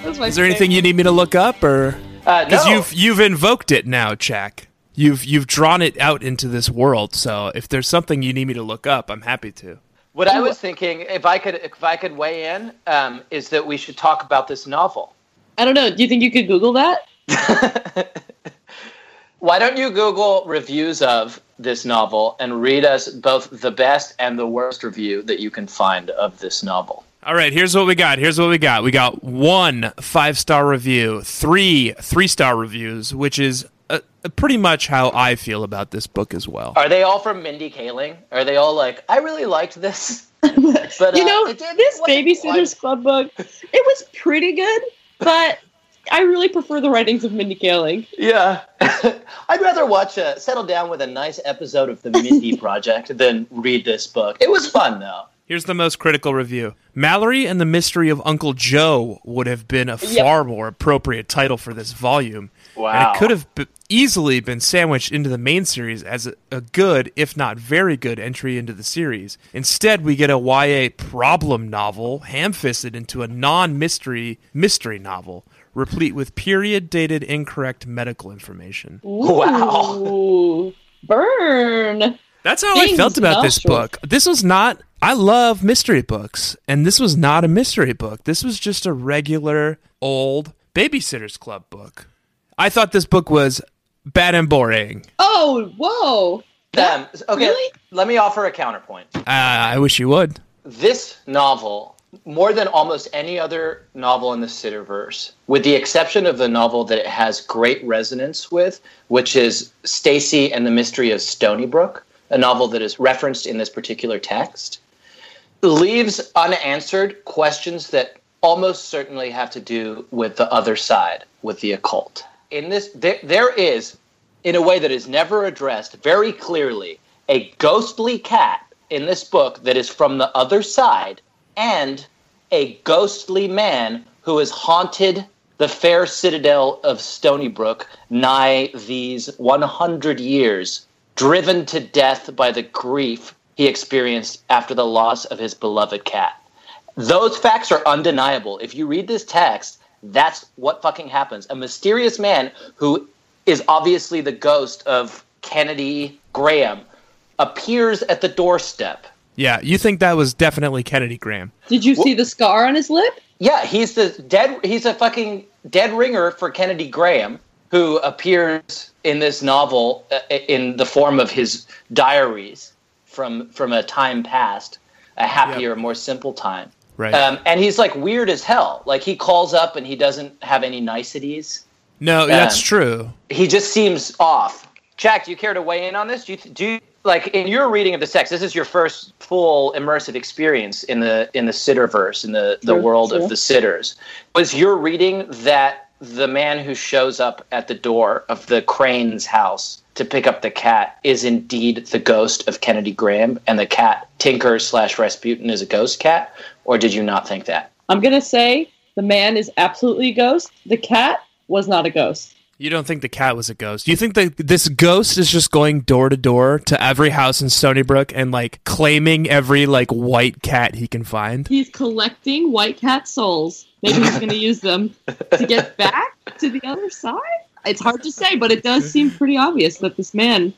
[SPEAKER 6] Google.
[SPEAKER 3] Is there anything you need me to look up, or
[SPEAKER 6] Uh,
[SPEAKER 3] because
[SPEAKER 6] no.
[SPEAKER 3] you've you've invoked it now, Jack? You've you've drawn it out into this world. So if there's something you need me to look up, I'm happy to.
[SPEAKER 6] What I was thinking, if I could, if I could weigh in, um, is that we should talk about this novel.
[SPEAKER 7] I don't know. Do you think you could Google that?
[SPEAKER 6] Why don't you Google reviews of this novel and read us both the best and the worst review that you can find of this novel?
[SPEAKER 3] All right, here's what we got. Here's what we got. We got one five star review, three three star reviews, which is uh, pretty much how I feel about this book as well.
[SPEAKER 6] Are they all from Mindy Kaling? Are they all like, I really liked this? But,
[SPEAKER 7] you
[SPEAKER 6] uh,
[SPEAKER 7] know,
[SPEAKER 6] it did-
[SPEAKER 7] this
[SPEAKER 6] what-
[SPEAKER 7] Babysitter's Club book, it was pretty good, but I really prefer the writings of Mindy Kaling.
[SPEAKER 6] Yeah. I'd rather watch a, settle down with a nice episode of the Mindy Project than read this book. It was fun, though.
[SPEAKER 3] Here's the most critical review. Mallory and the Mystery of Uncle Joe would have been a
[SPEAKER 7] Yep.
[SPEAKER 3] far more appropriate title for this volume.
[SPEAKER 6] Wow.
[SPEAKER 3] And it could have b- easily been sandwiched into the main series as a, a good, if not very good, entry into the series. Instead, we get a YA problem novel ham fisted into a non mystery mystery novel, replete with period dated incorrect medical information.
[SPEAKER 6] Wow.
[SPEAKER 7] Ooh, burn.
[SPEAKER 3] That's how I
[SPEAKER 7] Things
[SPEAKER 3] felt about this
[SPEAKER 7] nostrils.
[SPEAKER 3] book. This was not. I love mystery books, and this was not a mystery book. This was just a regular old Babysitters Club book. I thought this book was bad and boring.
[SPEAKER 7] Oh, whoa.
[SPEAKER 6] Um, okay,
[SPEAKER 7] Really?
[SPEAKER 6] let me offer a counterpoint.
[SPEAKER 3] Uh, I wish you would.
[SPEAKER 6] this novel, more than almost any other novel in the Sitterverse, with the exception of the novel that it has great resonance with, which is Stacy and the Mystery of Stony Brook, a novel that is referenced in this particular text, leaves unanswered questions that almost certainly have to do with the other side, with the occult. In this, there, there is, in a way that is never addressed very clearly, a ghostly cat in this book that is from the other side and a ghostly man who has haunted the fair citadel of Stony Brook nigh these 100 years, driven to death by the grief he experienced after the loss of his beloved cat. Those facts are undeniable. If you read this text, that's what fucking happens. A mysterious man who is obviously the ghost of Kennedy Graham appears at the doorstep
[SPEAKER 3] Yeah, you think that was definitely Kennedy Graham.
[SPEAKER 7] Did you see the scar on his lip?
[SPEAKER 6] Yeah, he's the dead. He's a fucking dead ringer for Kennedy Graham, who appears in this novel uh, in the form of his diaries from from a time past, a happier, more simple time.
[SPEAKER 3] Right.
[SPEAKER 6] Um, and he's like weird as hell. Like he calls up and he doesn't have any niceties.
[SPEAKER 3] no, that's
[SPEAKER 6] yeah.
[SPEAKER 3] true.
[SPEAKER 6] He just seems off. Jack, do you care to weigh in on this? Do you, do you like in your reading of the text? This is your first full immersive experience in the in the Sitterverse, in the the
[SPEAKER 7] Sure,
[SPEAKER 6] world
[SPEAKER 7] sure.
[SPEAKER 6] of the Sitters. Was your reading that the man who shows up at the door of the Crane's house to pick up the cat is indeed the ghost of Kennedy Graham, and the cat Tinker slash Rasputin is a ghost cat, or did you not think that?
[SPEAKER 7] I'm gonna say the man is absolutely a ghost. The cat was not a ghost.
[SPEAKER 3] You don't think the cat was a ghost. You think that this ghost is just going door to door to every house in Stony Brook and like claiming every like white cat he can find?
[SPEAKER 7] He's collecting white cat souls. Maybe he's gonna use them to get back to the other side. It's hard to say, but it does seem pretty obvious that this man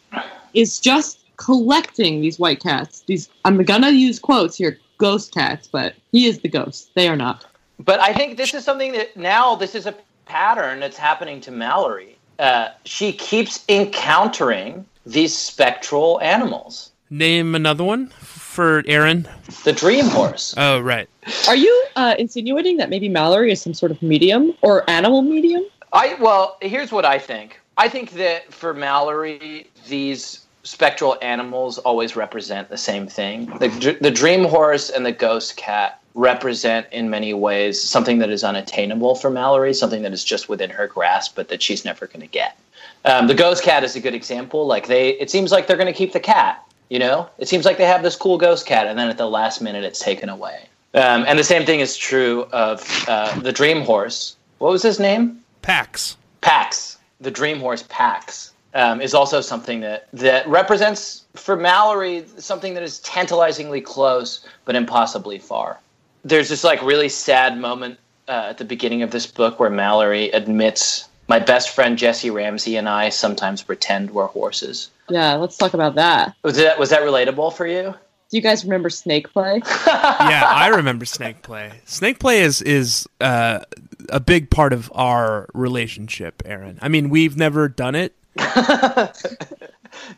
[SPEAKER 7] is just collecting these white cats. These I'm gonna use quotes here, ghost cats, but he is the ghost. They are not.
[SPEAKER 6] But I think this is something that now this is a pattern that's happening to Mallory. Uh, she keeps encountering these spectral animals.
[SPEAKER 3] Name another one for Aaron.
[SPEAKER 6] The dream horse.
[SPEAKER 3] Oh, right.
[SPEAKER 7] Are you uh, insinuating that maybe Mallory is some sort of medium or animal medium?
[SPEAKER 6] I well, here's what I think. I think that for Mallory, these spectral animals always represent the same thing. The, dr- the dream horse and the ghost cat represent, in many ways, something that is unattainable for Mallory, something that is just within her grasp, but that she's never going to get. Um, the ghost cat is a good example. Like they, it seems like they're going to keep the cat. You know, it seems like they have this cool ghost cat, and then at the last minute, it's taken away. Um, and the same thing is true of uh, the dream horse. What was his name?
[SPEAKER 3] Pax.
[SPEAKER 6] Pax, the dream horse Pax, um, is also something that, that represents for Mallory something that is tantalizingly close but impossibly far. There's this like really sad moment uh, at the beginning of this book where Mallory admits, "My best friend Jesse Ramsey and I sometimes pretend we're horses."
[SPEAKER 7] Yeah, let's talk about that.
[SPEAKER 6] Was that was that relatable for you?
[SPEAKER 7] Do you guys remember snake play?
[SPEAKER 3] Yeah, I remember snake play. Snake play is is uh, a big part of our relationship, Aaron. I mean, we've never done it.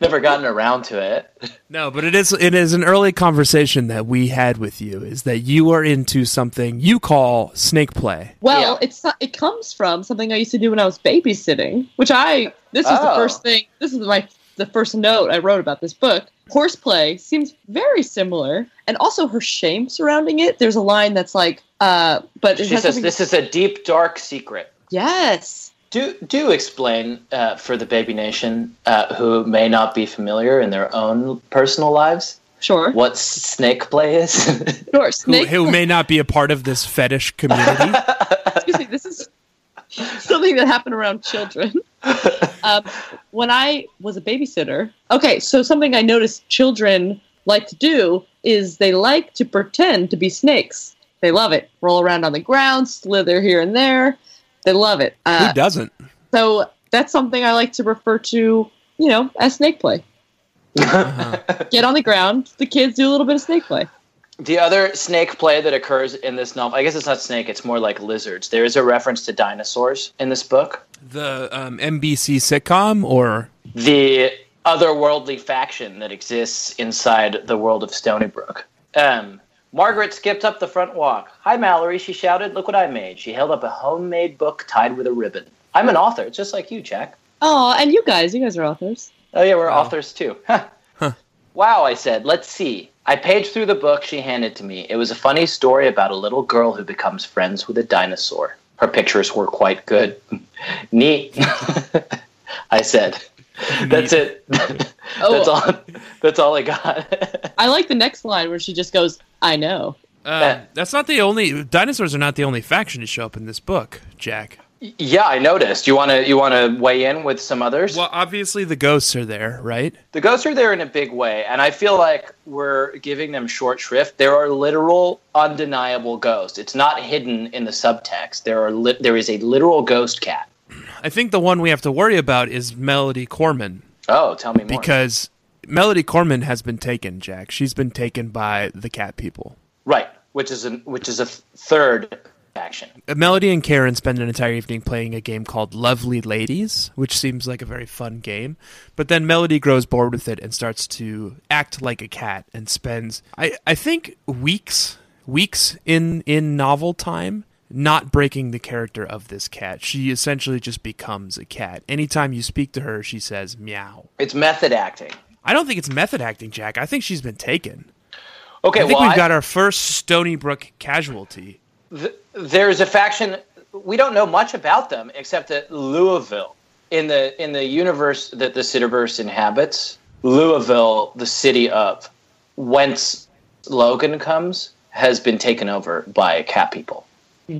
[SPEAKER 6] Never gotten around to it.
[SPEAKER 3] No, but it is it is an early conversation that we had with you is that you are into something you call snake play.
[SPEAKER 7] Well,
[SPEAKER 6] Yeah.
[SPEAKER 7] it's not, it comes from something I used to do when I was babysitting, which I this is the
[SPEAKER 6] Oh.
[SPEAKER 7] first thing. This is my the first note I wrote about this book. Horseplay seems very similar, and also her shame surrounding it. There's a line that's like, uh, but it
[SPEAKER 6] She
[SPEAKER 7] has
[SPEAKER 6] says,
[SPEAKER 7] something-
[SPEAKER 6] "This is a deep, dark secret."
[SPEAKER 7] yes,
[SPEAKER 6] Do do explain uh, for the Baby Nation uh, who may not be familiar in their own personal lives
[SPEAKER 7] sure,
[SPEAKER 6] what s- snake play is.
[SPEAKER 7] sure,
[SPEAKER 3] Who,
[SPEAKER 7] snake.
[SPEAKER 3] who may not be a part of this fetish community.
[SPEAKER 7] excuse me, this is something that happened around children. Um, when I was a babysitter, okay, so something I noticed children like to do is they like to pretend to be snakes. They love it. Roll around on the ground, slither here and there. They love it.
[SPEAKER 3] Who
[SPEAKER 7] Uh,
[SPEAKER 3] doesn't?
[SPEAKER 7] so that's something I like to refer to, you know, as snake play. Get on the ground. The kids do a little bit of snake play.
[SPEAKER 6] the other snake play that occurs in this novel, I guess it's not snake; it's more like lizards. There is a reference to dinosaurs in this book.
[SPEAKER 3] The um, NBC sitcom or
[SPEAKER 6] the otherworldly faction that exists inside the world of Stony Brook. Um, Margaret skipped up the front walk. Hi, Mallory, she shouted. Look what I made. She held up a homemade book tied with a ribbon. I'm an author, just like you, Jack.
[SPEAKER 7] Oh, and you guys, you guys are authors.
[SPEAKER 6] Oh, yeah, we're authors too. Wow, I said, let's see. I paged through the book she handed to me. It was a funny story about a little girl who becomes friends with a dinosaur. Her pictures were quite good. Neat, I said. That's it. that's
[SPEAKER 7] Oh.
[SPEAKER 6] all. That's all I got.
[SPEAKER 7] I like the next line where she just goes, "I know."
[SPEAKER 3] Uh, that's not the only dinosaurs are not the only faction to show up in this book, Jack.
[SPEAKER 6] yeah, I noticed. You wanna you wanna weigh in with some others?
[SPEAKER 3] Well, obviously the ghosts are there, right?
[SPEAKER 6] the ghosts are there in a big way, and I feel like we're giving them short shrift. There are literal, undeniable ghosts. It's not hidden in the subtext. There are lit there is a literal ghost cat.
[SPEAKER 3] I think the one we have to worry about is Melody Corman
[SPEAKER 6] Oh, tell me more.
[SPEAKER 3] because Melody Corman has been taken, Jack. She's been taken by the cat people.
[SPEAKER 6] right, which is an which is a th- third faction.
[SPEAKER 3] Uh, Melody and Karen spend an entire evening playing a game called Lovely Ladies, which seems like a very fun game. But then Melody grows bored with it and starts to act like a cat and spends I, I think weeks weeks in in novel time not breaking the character of this cat. She essentially just becomes a cat. Anytime you speak to her, she says meow.
[SPEAKER 6] It's method acting.
[SPEAKER 3] I don't think it's method acting, Jack. I think she's been taken.
[SPEAKER 6] Okay,
[SPEAKER 3] I think
[SPEAKER 6] well,
[SPEAKER 3] we've
[SPEAKER 6] I-
[SPEAKER 3] got our first Stony Brook casualty.
[SPEAKER 6] there's a faction we don't know much about them except that Louisville in the in the universe that the Cityverse inhabits, Louisville, the city of whence Logan comes, has been taken over by cat people.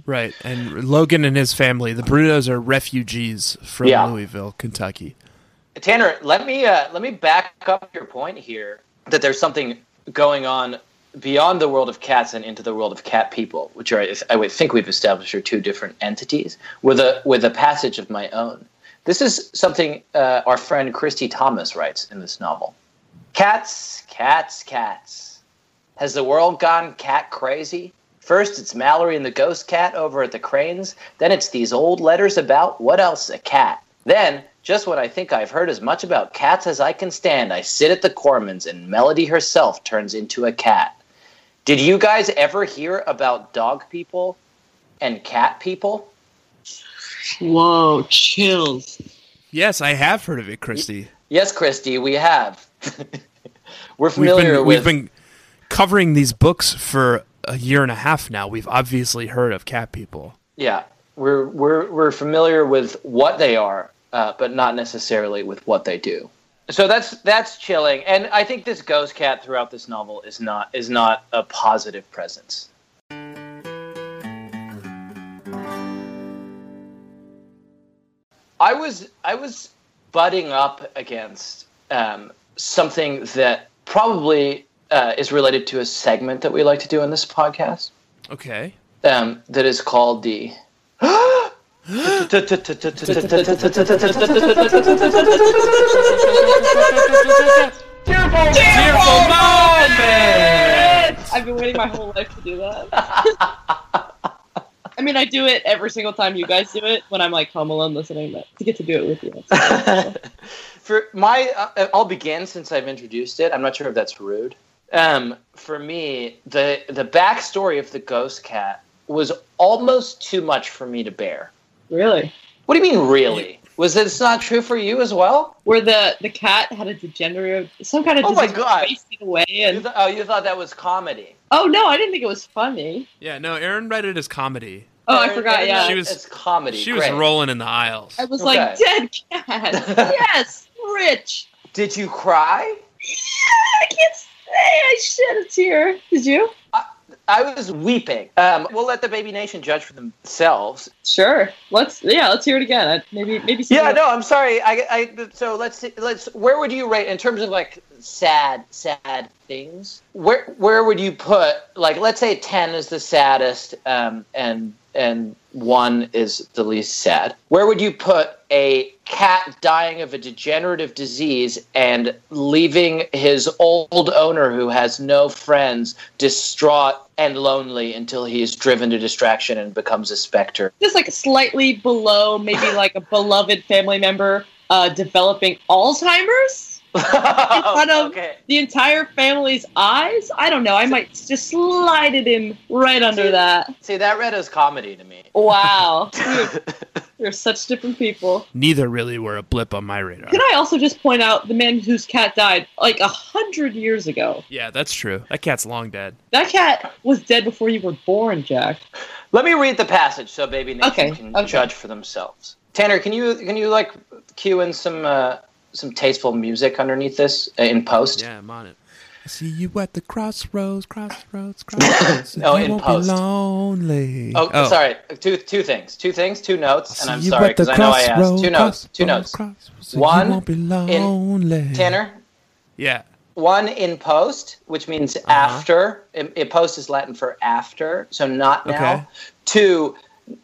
[SPEAKER 3] Right, and Logan and his family, the Brutos, are refugees from
[SPEAKER 6] Yeah.
[SPEAKER 3] Louisville, Kentucky.
[SPEAKER 6] Tanner, let me uh, let me back up your point here that there's something going on beyond the world of cats and into the world of cat people, which are I would think we've established are two different entities with a with a passage of my own. This is something uh, our friend Christy Thomas writes in this novel. Cats, cats, cats. Has the world gone cat crazy? First, it's Mallory and the ghost cat over at the Cranes. Then, it's these old letters about what else? A cat. Then, just when I think I've heard as much about cats as I can stand, I sit at the Cormans and Melody herself turns into a cat. Did you guys ever hear about dog people and cat people?
[SPEAKER 7] Whoa, chills.
[SPEAKER 3] Yes, I have heard of it, Christy.
[SPEAKER 6] Yes, Christy, we have. We're
[SPEAKER 3] We've
[SPEAKER 6] familiar
[SPEAKER 3] been,
[SPEAKER 6] with.
[SPEAKER 3] we've been covering these books for a year and a half now. We've obviously heard of cat people.
[SPEAKER 6] Yeah, we're we're we're familiar with what they are, uh, but not necessarily with what they do. So that's that's chilling, and I think this ghost cat throughout this novel is not is not a positive presence. I was I was butting up against um, something that probably uh, is related to a segment that we like to do in this podcast
[SPEAKER 3] Okay.
[SPEAKER 6] um, that is called the.
[SPEAKER 7] I've been waiting my whole life to do that. I mean, I do it every single time you guys do it when I'm like home alone listening, but to get to do it with you.
[SPEAKER 6] for my, uh, I'll begin since I've introduced it. I'm not sure if that's rude. Um, for me, the the backstory of the ghost cat was almost too much for me to bear.
[SPEAKER 7] Really?
[SPEAKER 6] What do you mean, really? Was this not true for you as well?
[SPEAKER 7] Where the the cat had a degenerative, some kind of
[SPEAKER 6] Oh my
[SPEAKER 7] disease
[SPEAKER 6] God.
[SPEAKER 7] wasted away,
[SPEAKER 6] You
[SPEAKER 7] and
[SPEAKER 6] th- oh, you thought that was comedy.
[SPEAKER 7] oh no, I didn't think it was funny.
[SPEAKER 3] Yeah, no, Erin read it as comedy.
[SPEAKER 7] Oh, I
[SPEAKER 6] Or-
[SPEAKER 7] forgot. Yeah,
[SPEAKER 3] She
[SPEAKER 6] She
[SPEAKER 3] was-
[SPEAKER 6] was it's comedy.
[SPEAKER 3] She was
[SPEAKER 6] Great.
[SPEAKER 3] rolling in the aisles.
[SPEAKER 7] I was
[SPEAKER 6] Okay.
[SPEAKER 7] like dead cat. yes, rich.
[SPEAKER 6] Did you cry?
[SPEAKER 7] I can't say I shed a tear. Did you?
[SPEAKER 6] I was weeping. Um, we'll let the Baby Nation judge for themselves.
[SPEAKER 7] Sure. Let's yeah, let's hear it again. I- Maybe maybe.
[SPEAKER 6] Yeah,
[SPEAKER 7] someone-
[SPEAKER 6] no, I'm sorry. I, I so let's see- let's. Where would you rate in terms of like sad, sad things? Where where would you put like let's say ten is the saddest, um, and and one is the least sad. Where would you put a cat dying of a degenerative disease and leaving his old owner who has no friends distraught and lonely until he is driven to distraction and becomes a specter?
[SPEAKER 7] just like slightly below maybe like a beloved family member uh, developing Alzheimer's. in front of
[SPEAKER 6] okay.
[SPEAKER 7] the entire family's eyes. I don't know. I might just slide it in right under that.
[SPEAKER 6] See, that read as comedy to me.
[SPEAKER 7] Wow. We're, we're such different people.
[SPEAKER 3] Neither really were a blip on my radar.
[SPEAKER 7] Can I also just point out the man whose cat died like a hundred years ago?
[SPEAKER 3] Yeah, that's true. That cat's long dead.
[SPEAKER 7] That cat was dead before you were born, Jack.
[SPEAKER 6] Let me read the passage so Baby Nation
[SPEAKER 7] Okay,
[SPEAKER 6] can
[SPEAKER 7] okay.
[SPEAKER 6] judge for themselves. Tanner, can you can you like cue in some uh, some tasteful music underneath this uh, in post?
[SPEAKER 3] Yeah, I'm on it. I see you at the crossroads, crossroads, crossroads.
[SPEAKER 6] No,
[SPEAKER 3] you
[SPEAKER 6] Oh, in
[SPEAKER 3] won't
[SPEAKER 6] post.
[SPEAKER 3] be lonely.
[SPEAKER 6] Oh, sorry. Two two things, two things, two notes, and I'm sorry because I know I asked. Two notes, two notes. One in- Tanner,
[SPEAKER 3] Yeah.
[SPEAKER 6] one in post, which means
[SPEAKER 3] Uh-huh.
[SPEAKER 6] after. In, in post is Latin for after, so not now.
[SPEAKER 3] Okay.
[SPEAKER 6] Two,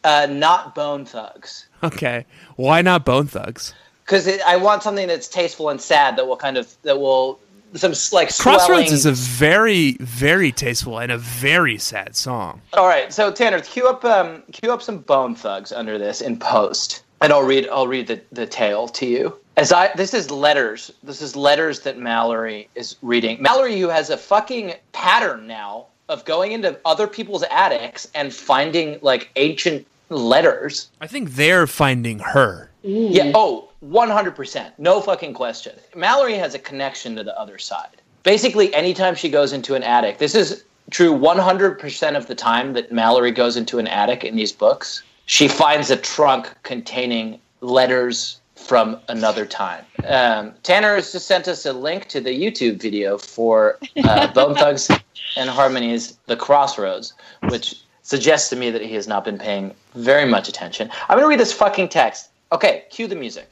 [SPEAKER 6] uh, not bone thugs,
[SPEAKER 3] Okay. Why not Bone Thugs?
[SPEAKER 6] because I want something that's tasteful and sad that will kind of that will some s- like
[SPEAKER 3] Crossroads
[SPEAKER 6] swelling-
[SPEAKER 3] is a very, very tasteful and a very sad song.
[SPEAKER 6] All right, so Tanner, cue up um, cue up some Bone Thugs under this in post, and I'll read I'll read the, the tale to you. As I this is letters. This is letters that Mallory is reading. Mallory, who has a fucking pattern now of going into other people's attics and finding like ancient letters.
[SPEAKER 3] I think they're finding her.
[SPEAKER 6] Yeah. Oh, 100%. No fucking question. Mallory has a connection to the other side. Basically, anytime she goes into an attic, this is true 100% of the time that Mallory goes into an attic in these books, she finds a trunk containing letters from another time. Um, Tanner has just sent us a link to the YouTube video for uh, Bone Thugs and Harmony's The Crossroads, which suggests to me that he has not been paying very much attention. I'm going to read this fucking text. Okay, cue the music.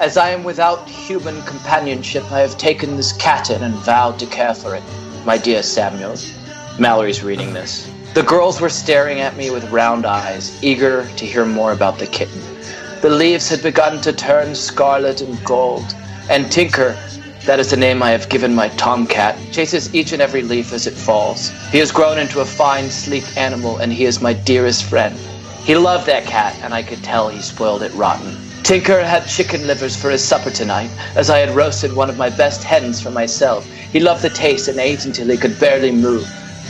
[SPEAKER 6] As I am without human companionship, I have taken this cat in and vowed to care for it. My dear Samuel, Mallory's reading this. The girls were staring at me with round eyes, eager to hear more about the kitten. The leaves had begun to turn scarlet and gold, and Tinker, that is the name I have given my tomcat, chases each and every leaf as it falls. He has grown into a fine, sleek animal, and he is my dearest friend. He loved that cat, and I could tell he spoiled it rotten. Tinker had chicken livers for his supper tonight, as I had roasted one of my best hens for myself. He loved the taste and ate until he could barely move.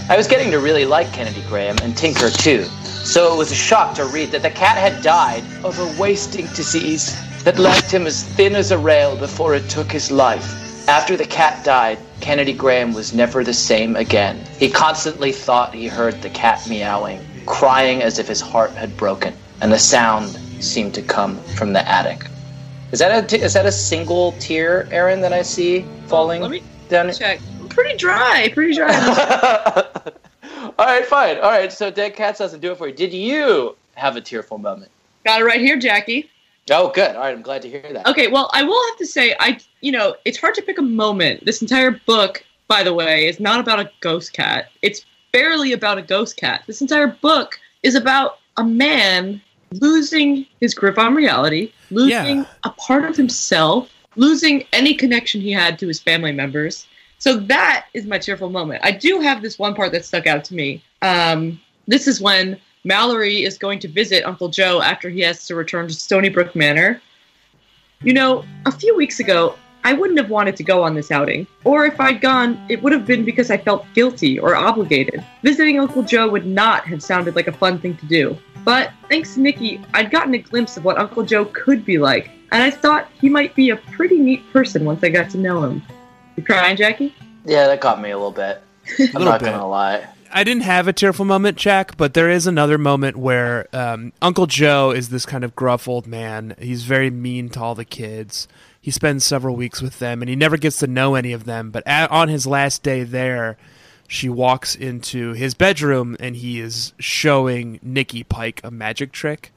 [SPEAKER 6] I was getting to really like Kennedy Graham and Tinker too, so it was a shock to read that the cat had died of a wasting disease that left him as thin as a rail before it took his life. After the cat died, Kennedy Graham was never the same again. He constantly thought he heard the cat meowing, crying as if his heart had broken, and the sound seemed to come from the attic. Is that a t- is that a single tear, Aaron, that I see falling
[SPEAKER 7] Let me
[SPEAKER 6] down?
[SPEAKER 7] check. Pretty dry. Pretty dry.
[SPEAKER 6] All right, fine. All right, so Dead Cats doesn't do it for you. Did you have a tearful moment?
[SPEAKER 7] Got it right here, Jackie.
[SPEAKER 6] Oh, good. All right, I'm glad to hear that.
[SPEAKER 7] Okay, well, I will have to say, I you know, it's hard to pick a moment. This entire book, by the way, is not about a ghost cat. It's barely about a ghost cat. This entire book is about a man losing his grip on reality, losing
[SPEAKER 3] Yeah.
[SPEAKER 7] a part of himself, losing any connection he had to his family members. So that is my cheerful moment. I do have this one part that stuck out to me. Um, this is when Mallory is going to visit Uncle Joe after he has to return to Stony Brook Manor. You know, a few weeks ago, I wouldn't have wanted to go on this outing. Or if I'd gone, it would have been because I felt guilty or obligated. Visiting Uncle Joe would not have sounded like a fun thing to do. But thanks to Nikki, I'd gotten a glimpse of what Uncle Joe could be like, and I thought he might be a pretty neat person once I got to know him. You crying, Jackie?
[SPEAKER 6] Yeah, that got me a little bit. I'm
[SPEAKER 3] Little
[SPEAKER 6] not
[SPEAKER 3] bit.
[SPEAKER 6] gonna lie.
[SPEAKER 3] I didn't have a tearful moment, Jack, but there is another moment where um, Uncle Joe is this kind of gruff old man. He's very mean to all the kids. He spends several weeks with them, and he never gets to know any of them. But a on his last day there, she walks into his bedroom, and he is showing Nikki Pike a magic trick.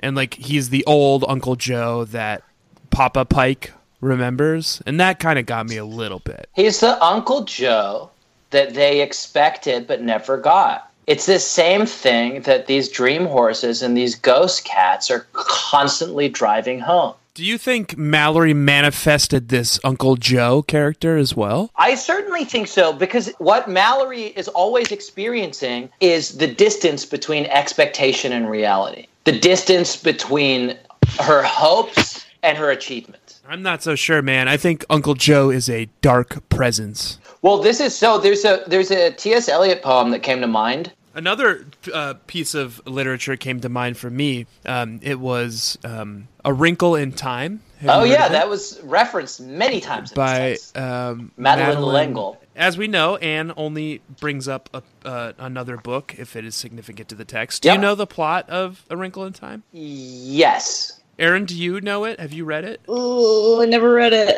[SPEAKER 3] And like he's the old Uncle Joe that Papa Pike remembers, and that kind of got me a little bit.
[SPEAKER 6] He's the Uncle Joe that they expected but never got. It's this same thing that these dream horses and these ghost cats are constantly driving home.
[SPEAKER 3] Do you think Mallory manifested this Uncle Joe character as well?
[SPEAKER 6] I certainly think so because what Mallory is always experiencing is the distance between expectation and reality, the distance between her hopes and her achievements.
[SPEAKER 3] I'm not so sure, man. I think Uncle Joe is a dark presence.
[SPEAKER 6] Well, this is so. There's a there's a T.S. Eliot poem that came to mind.
[SPEAKER 3] Another uh, piece of literature came to mind for me. Um, it was um, A Wrinkle in Time. Have you
[SPEAKER 6] Oh
[SPEAKER 3] heard
[SPEAKER 6] yeah,
[SPEAKER 3] of it?
[SPEAKER 6] that was referenced many times in this
[SPEAKER 3] Mm-hmm. by
[SPEAKER 6] text.
[SPEAKER 3] um,
[SPEAKER 6] Madeleine L'Engle.
[SPEAKER 3] As we know, Anne only brings up a, uh, another book if it is significant to the text. Do
[SPEAKER 6] Yep.
[SPEAKER 3] you know the plot of A Wrinkle in Time?
[SPEAKER 6] Yes.
[SPEAKER 3] Aaron, do you know it? Have you read it?
[SPEAKER 7] Ooh, I never read it.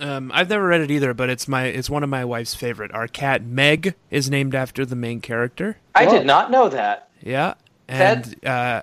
[SPEAKER 3] Um, I've never read it either, but it's my it's one of my wife's favorite. Our cat Meg is named after the main character.
[SPEAKER 6] I did not know that.
[SPEAKER 3] Yeah, and
[SPEAKER 6] That-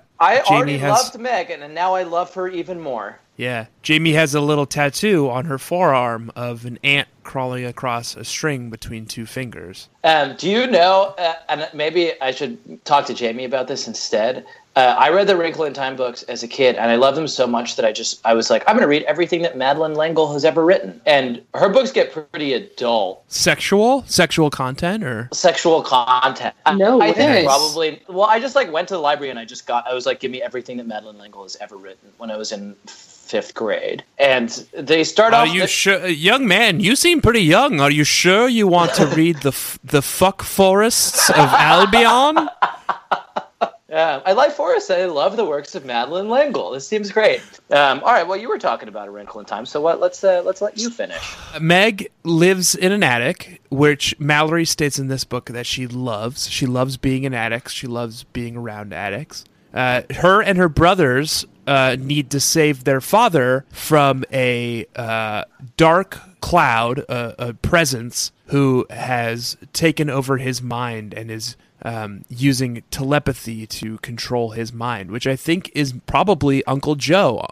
[SPEAKER 3] uh,
[SPEAKER 6] I
[SPEAKER 3] Jamie
[SPEAKER 6] already
[SPEAKER 3] has-
[SPEAKER 6] loved Megan, and now I love her even more.
[SPEAKER 3] yeah, Jamie has a little tattoo on her forearm of an ant crawling across a string between two fingers.
[SPEAKER 6] Um, do you know? Uh, and maybe I should talk to Jamie about this instead. Uh, I read the Wrinkle in Time books as a kid, and I loved them so much that I just I was like, I'm going to read everything that Madeline L'Engle has ever written. And her books get pretty adult,
[SPEAKER 3] Sexual, sexual content, or
[SPEAKER 6] sexual content. I-
[SPEAKER 7] No
[SPEAKER 6] I,
[SPEAKER 7] way.
[SPEAKER 6] think probably. Well, I just like went to the library and I just got. I was like, give me everything that Madeline L'Engle has ever written when I was in fifth grade. And they start
[SPEAKER 3] are
[SPEAKER 6] off.
[SPEAKER 3] you
[SPEAKER 6] the-
[SPEAKER 3] sure, young man? You seem pretty young. Are you sure you want to read the f- the fuck forests of Albion?
[SPEAKER 6] Um, I like Forrest. I love the works of Madeline L'Engle. This seems great. Um, all right. Well, you were talking about A Wrinkle in Time, so what? Let's uh, let's let you finish.
[SPEAKER 3] Meg lives in an attic, which Mallory states in this book that she loves. She loves being in attics. She loves being around attics. Uh, her and her brothers uh, need to save their father from a uh, dark cloud, uh, a presence who has taken over his mind and is um, using telepathy to control his mind, which I think is probably Uncle Joe.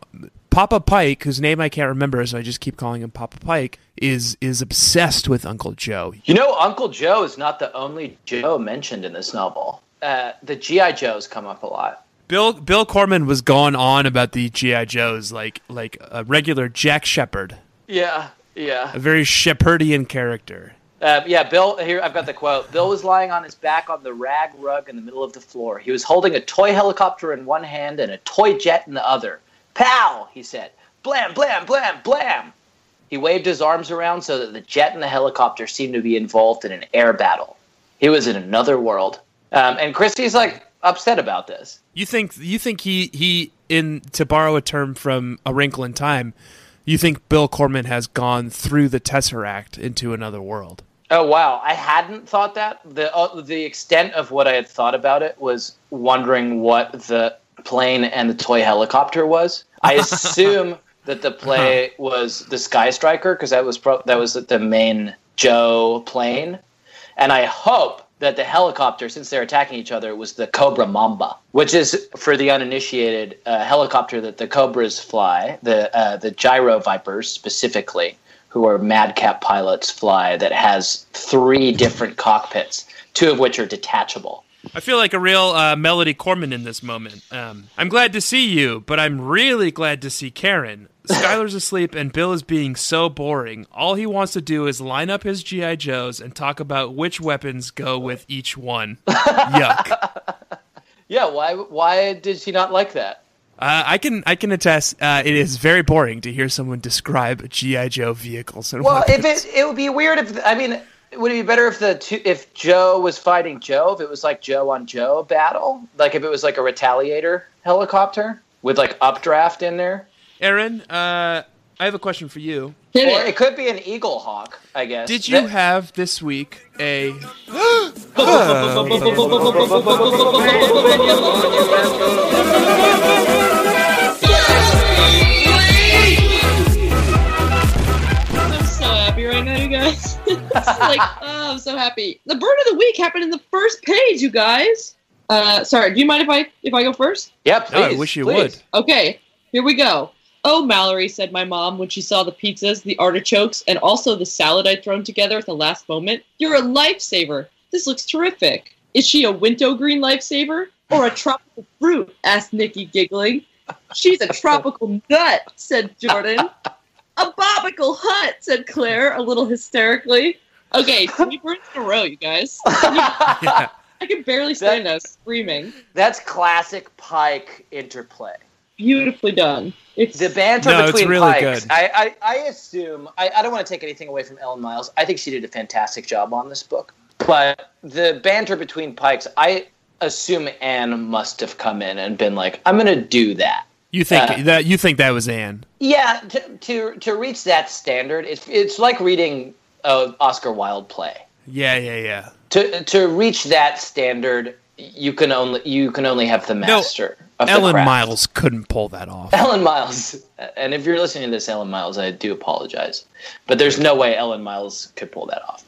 [SPEAKER 3] Papa Pike, whose name I can't remember, so I just keep calling him Papa Pike, is is obsessed with Uncle Joe.
[SPEAKER 6] You know, Uncle Joe is not the only Joe mentioned in this novel. Uh, the GI Joes come up a lot.
[SPEAKER 3] Bill Bill Corman was going on about the GI Joes like like a regular Jack Shepherd,
[SPEAKER 6] Yeah. Yeah.
[SPEAKER 3] a very Shepherdian character.
[SPEAKER 6] Uh, yeah, Bill. Here I've got the quote. Bill was lying on his back on the rag rug in the middle of the floor. He was holding a toy helicopter in one hand and a toy jet in the other. Pow! He said, "Blam, blam, blam, blam." He waved his arms around so that the jet and the helicopter seemed to be involved in an air battle. He was in another world. Um, and Christie's like upset about this.
[SPEAKER 3] You think you think he he in to borrow a term from A Wrinkle in Time, you think Bill Corman has gone through the Tesseract into another world.
[SPEAKER 6] Oh wow! I hadn't thought that. The uh, the extent of what I had thought about it was wondering what the plane and the toy helicopter was. I assume that the play was the Sky Striker because that was pro- that was the main Joe plane, and I hope that the helicopter, since they're attacking each other, was the Cobra Mamba, which is for the uninitiated a helicopter that the Cobras fly, the uh, the Gyro Vipers specifically who are madcap pilots fly that has three different cockpits, two of which are detachable.
[SPEAKER 3] I feel like a real uh, Melody Corman in this moment. Um, I'm glad to see you, but I'm really glad to see Karen. Skylar's asleep, and Bill is being so boring. All he wants to do is line up his GI Joes and talk about which weapons go with each one. Yuck. Uh,
[SPEAKER 6] Yeah, why why did she not like that?
[SPEAKER 3] I can I can attest. Uh, it is very boring to hear someone describe GI Joe vehicles and
[SPEAKER 6] Well,
[SPEAKER 3] weapons.
[SPEAKER 6] if it it would be weird if I mean would it be better if the two, if Joe was fighting Joe if it was like Joe on Joe battle like if it was like a retaliator helicopter with like updraft in there
[SPEAKER 3] Aaron, uh, I have a question for you.
[SPEAKER 7] Hit
[SPEAKER 6] or
[SPEAKER 7] it.
[SPEAKER 6] it could be an eagle hawk I guess
[SPEAKER 3] Did you
[SPEAKER 6] That-
[SPEAKER 3] have this week a
[SPEAKER 7] Oh, I'm so happy right now, you guys. It's like, oh, I'm so happy. The bird of the week happened in the first page, you guys. Uh, sorry, do you mind if I if I go first?
[SPEAKER 6] yeah please
[SPEAKER 3] No, I wish you
[SPEAKER 6] please.
[SPEAKER 3] would.
[SPEAKER 7] Okay, here we go. Oh, Mallory, said my mom when she saw the pizzas, the artichokes, and also the salad I'd thrown together at the last moment. You're a lifesaver. This looks terrific. Is she a winter green lifesaver or a tropical fruit? asked Nikki, giggling. She's a tropical nut, said Jordan. A bobical hut, said Claire, a little hysterically. Okay, three birds in a row, you guys. I can barely stand that screaming.
[SPEAKER 6] That's classic Pike interplay.
[SPEAKER 7] beautifully done. It's
[SPEAKER 6] The banter
[SPEAKER 3] No, it's
[SPEAKER 6] between
[SPEAKER 3] really
[SPEAKER 6] Pikes.
[SPEAKER 3] good.
[SPEAKER 6] I, I, I assume I, I don't want to take anything away from Ellen Miles. I think she did a fantastic job on this book. But the banter between Pikes, I assume Anne must have come in and been like, "I'm going to do that."
[SPEAKER 3] You think
[SPEAKER 6] Uh,
[SPEAKER 3] that you think that was Anne?
[SPEAKER 6] Yeah, to to, to reach that standard, it's it's like reading a Oscar Wilde play.
[SPEAKER 3] Yeah, yeah, yeah.
[SPEAKER 6] To to reach that standard, you can only you can only have the master. of the
[SPEAKER 3] Ellen
[SPEAKER 6] craft.
[SPEAKER 3] Miles couldn't pull that off.
[SPEAKER 6] Ellen Miles, and if you're listening to this, Ellen Miles, I do apologize, but there's no way Ellen Miles could pull that off.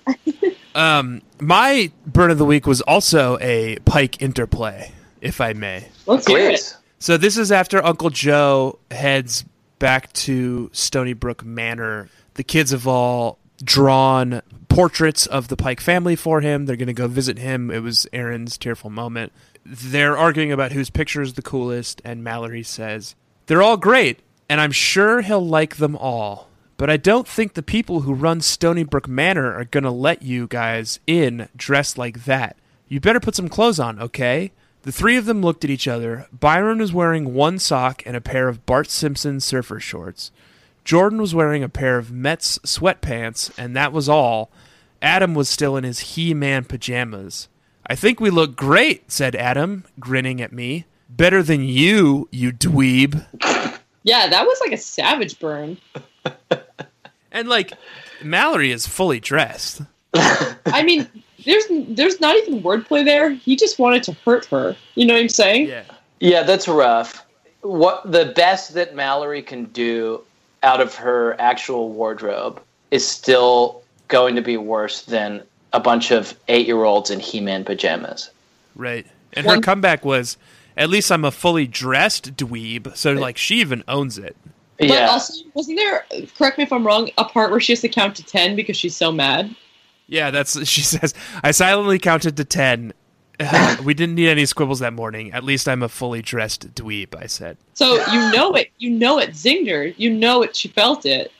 [SPEAKER 3] Um, my burn of the week was also a Pike interplay, if I may.
[SPEAKER 7] let's hear it.
[SPEAKER 6] Please,
[SPEAKER 3] So this is after Uncle Joe heads back to Stony Brook Manor. The kids have all drawn portraits of the Pike family for him. They're going to go visit him. It was Aaron's tearful moment. They're arguing about whose picture is the coolest, and Mallory says, They're all great, and I'm sure he'll like them all. But I don't think the people who run Stony Brook Manor are going to let you guys in dressed like that. You better put some clothes on, okay? The three of them looked at each other. Byron was wearing one sock and a pair of Bart Simpson surfer shorts. Jordan was wearing a pair of Mets sweatpants, and that was all. Adam was still in his He Man pajamas. I think we look great, said Adam, grinning at me. Better than you, you dweeb.
[SPEAKER 7] Yeah, that was like a savage burn.
[SPEAKER 3] And like, Mallory is fully dressed.
[SPEAKER 7] I mean, there's there's not even wordplay there. He just wanted to hurt her. You know what I'm saying?
[SPEAKER 6] yeah, that's rough. What the best that Mallory can do out of her actual wardrobe is still going to be worse than a bunch of eight-year-olds in He-Man pajamas.
[SPEAKER 3] Right. And her
[SPEAKER 7] One-
[SPEAKER 3] comeback was, at least I'm a fully dressed dweeb. So like, she even owns it.
[SPEAKER 7] But
[SPEAKER 6] yeah,
[SPEAKER 7] also, wasn't there? Correct me if I'm wrong. A part where she has to count to ten because she's so mad.
[SPEAKER 3] Yeah, that's she says. I silently counted to ten. we didn't need any squibbles that morning. At least I'm a fully dressed dweeb. I said.
[SPEAKER 7] So you know it. You know it zinged her. You know it. She felt it.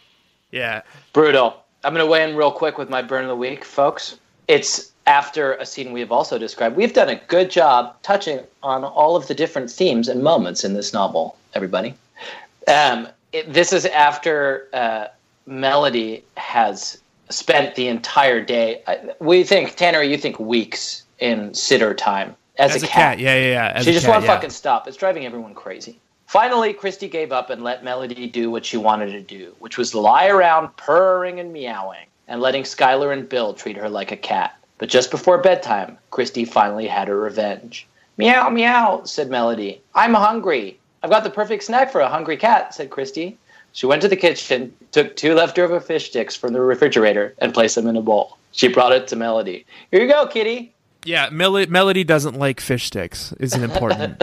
[SPEAKER 3] Yeah,
[SPEAKER 6] Brutal. I'm going to weigh in real quick with my burn of the week, folks. It's after a scene we have also described. We've done a good job touching on all of the different themes and moments in this novel, everybody. Um, it, this is after uh, Melody has spent the entire day. I, we think, Tanner, you think weeks in sitter time as,
[SPEAKER 3] as, a, cat. Yeah, yeah, yeah. as
[SPEAKER 6] she
[SPEAKER 3] a
[SPEAKER 6] just
[SPEAKER 3] cat,
[SPEAKER 6] won't
[SPEAKER 3] yeah.
[SPEAKER 6] fucking stop. It's driving everyone crazy. Finally, Christy gave up and let Melody do what she wanted to do, which was lie around purring and meowing and letting Skylar and Bill treat her like a cat. But just before bedtime, Christy finally had her revenge. Meow, meow, said Melody. I'm hungry. I've got the perfect snack for a hungry cat, said Christy. She went to the kitchen, took two leftover fish sticks from the refrigerator, and placed them in a bowl. She brought it to Melody. Here you go, kitty.
[SPEAKER 3] Yeah, Mel- Melody doesn't like fish sticks. Is an important.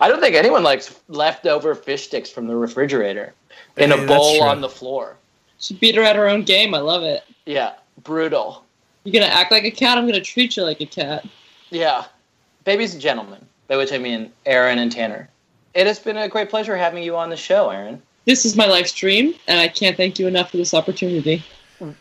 [SPEAKER 6] I don't think anyone likes leftover fish sticks from the refrigerator in
[SPEAKER 3] Hey,
[SPEAKER 6] a
[SPEAKER 3] that's
[SPEAKER 6] bowl
[SPEAKER 3] true.
[SPEAKER 6] on the floor.
[SPEAKER 7] She beat her at her own game. I love it.
[SPEAKER 6] Yeah, brutal.
[SPEAKER 7] You're gonna act like a cat. I'm gonna treat you like a cat.
[SPEAKER 6] Yeah. Babies and gentlemen, by which I mean Aaron and Tanner. It has been a great pleasure having you on the show, Aaron.
[SPEAKER 7] This is my life's dream, and I can't thank you enough for this opportunity.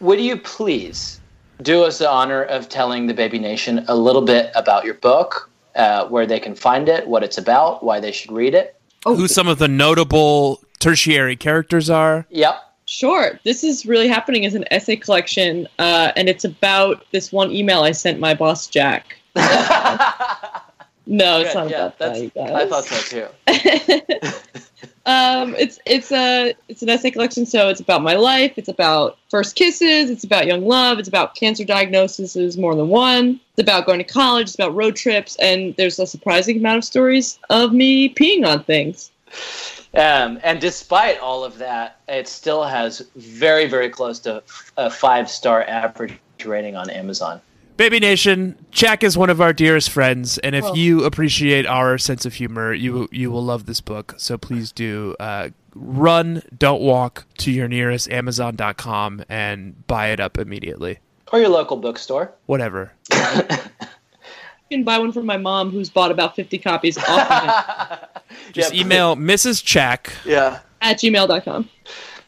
[SPEAKER 6] Would you please do us the honor of telling the Baby Nation a little bit about your book, uh, where they can find it, what it's about, why they should read it?
[SPEAKER 3] Who some of the notable tertiary characters are?
[SPEAKER 6] Yep.
[SPEAKER 7] Sure. This is really happening as an essay collection, uh, and it's about this one email I sent my boss, Jack. No, it's not
[SPEAKER 6] yeah,
[SPEAKER 7] about
[SPEAKER 6] that's,
[SPEAKER 7] that. you
[SPEAKER 6] I
[SPEAKER 7] guys.
[SPEAKER 6] thought so too.
[SPEAKER 7] um, it's it's a it's an essay collection, so it's about my life. It's about first kisses. It's about young love. It's about cancer diagnoses, more than one. It's about going to college. It's about road trips, and there's a surprising amount of stories of me peeing on things.
[SPEAKER 6] Um, and despite all of that, it still has very, very close to a five star average rating on Amazon.
[SPEAKER 3] Baby Nation, Jack is one of our dearest friends, and if you appreciate our sense of humor, you you will love this book. So please do uh, run, don't walk to your nearest Amazon.com and buy it up immediately.
[SPEAKER 6] Or your local bookstore.
[SPEAKER 3] Whatever.
[SPEAKER 7] You can buy one from my mom, who's bought about 50 copies off of it,
[SPEAKER 3] Just
[SPEAKER 6] Yeah,
[SPEAKER 3] email Mrs. Check.
[SPEAKER 6] Yeah.
[SPEAKER 7] at gmail.com.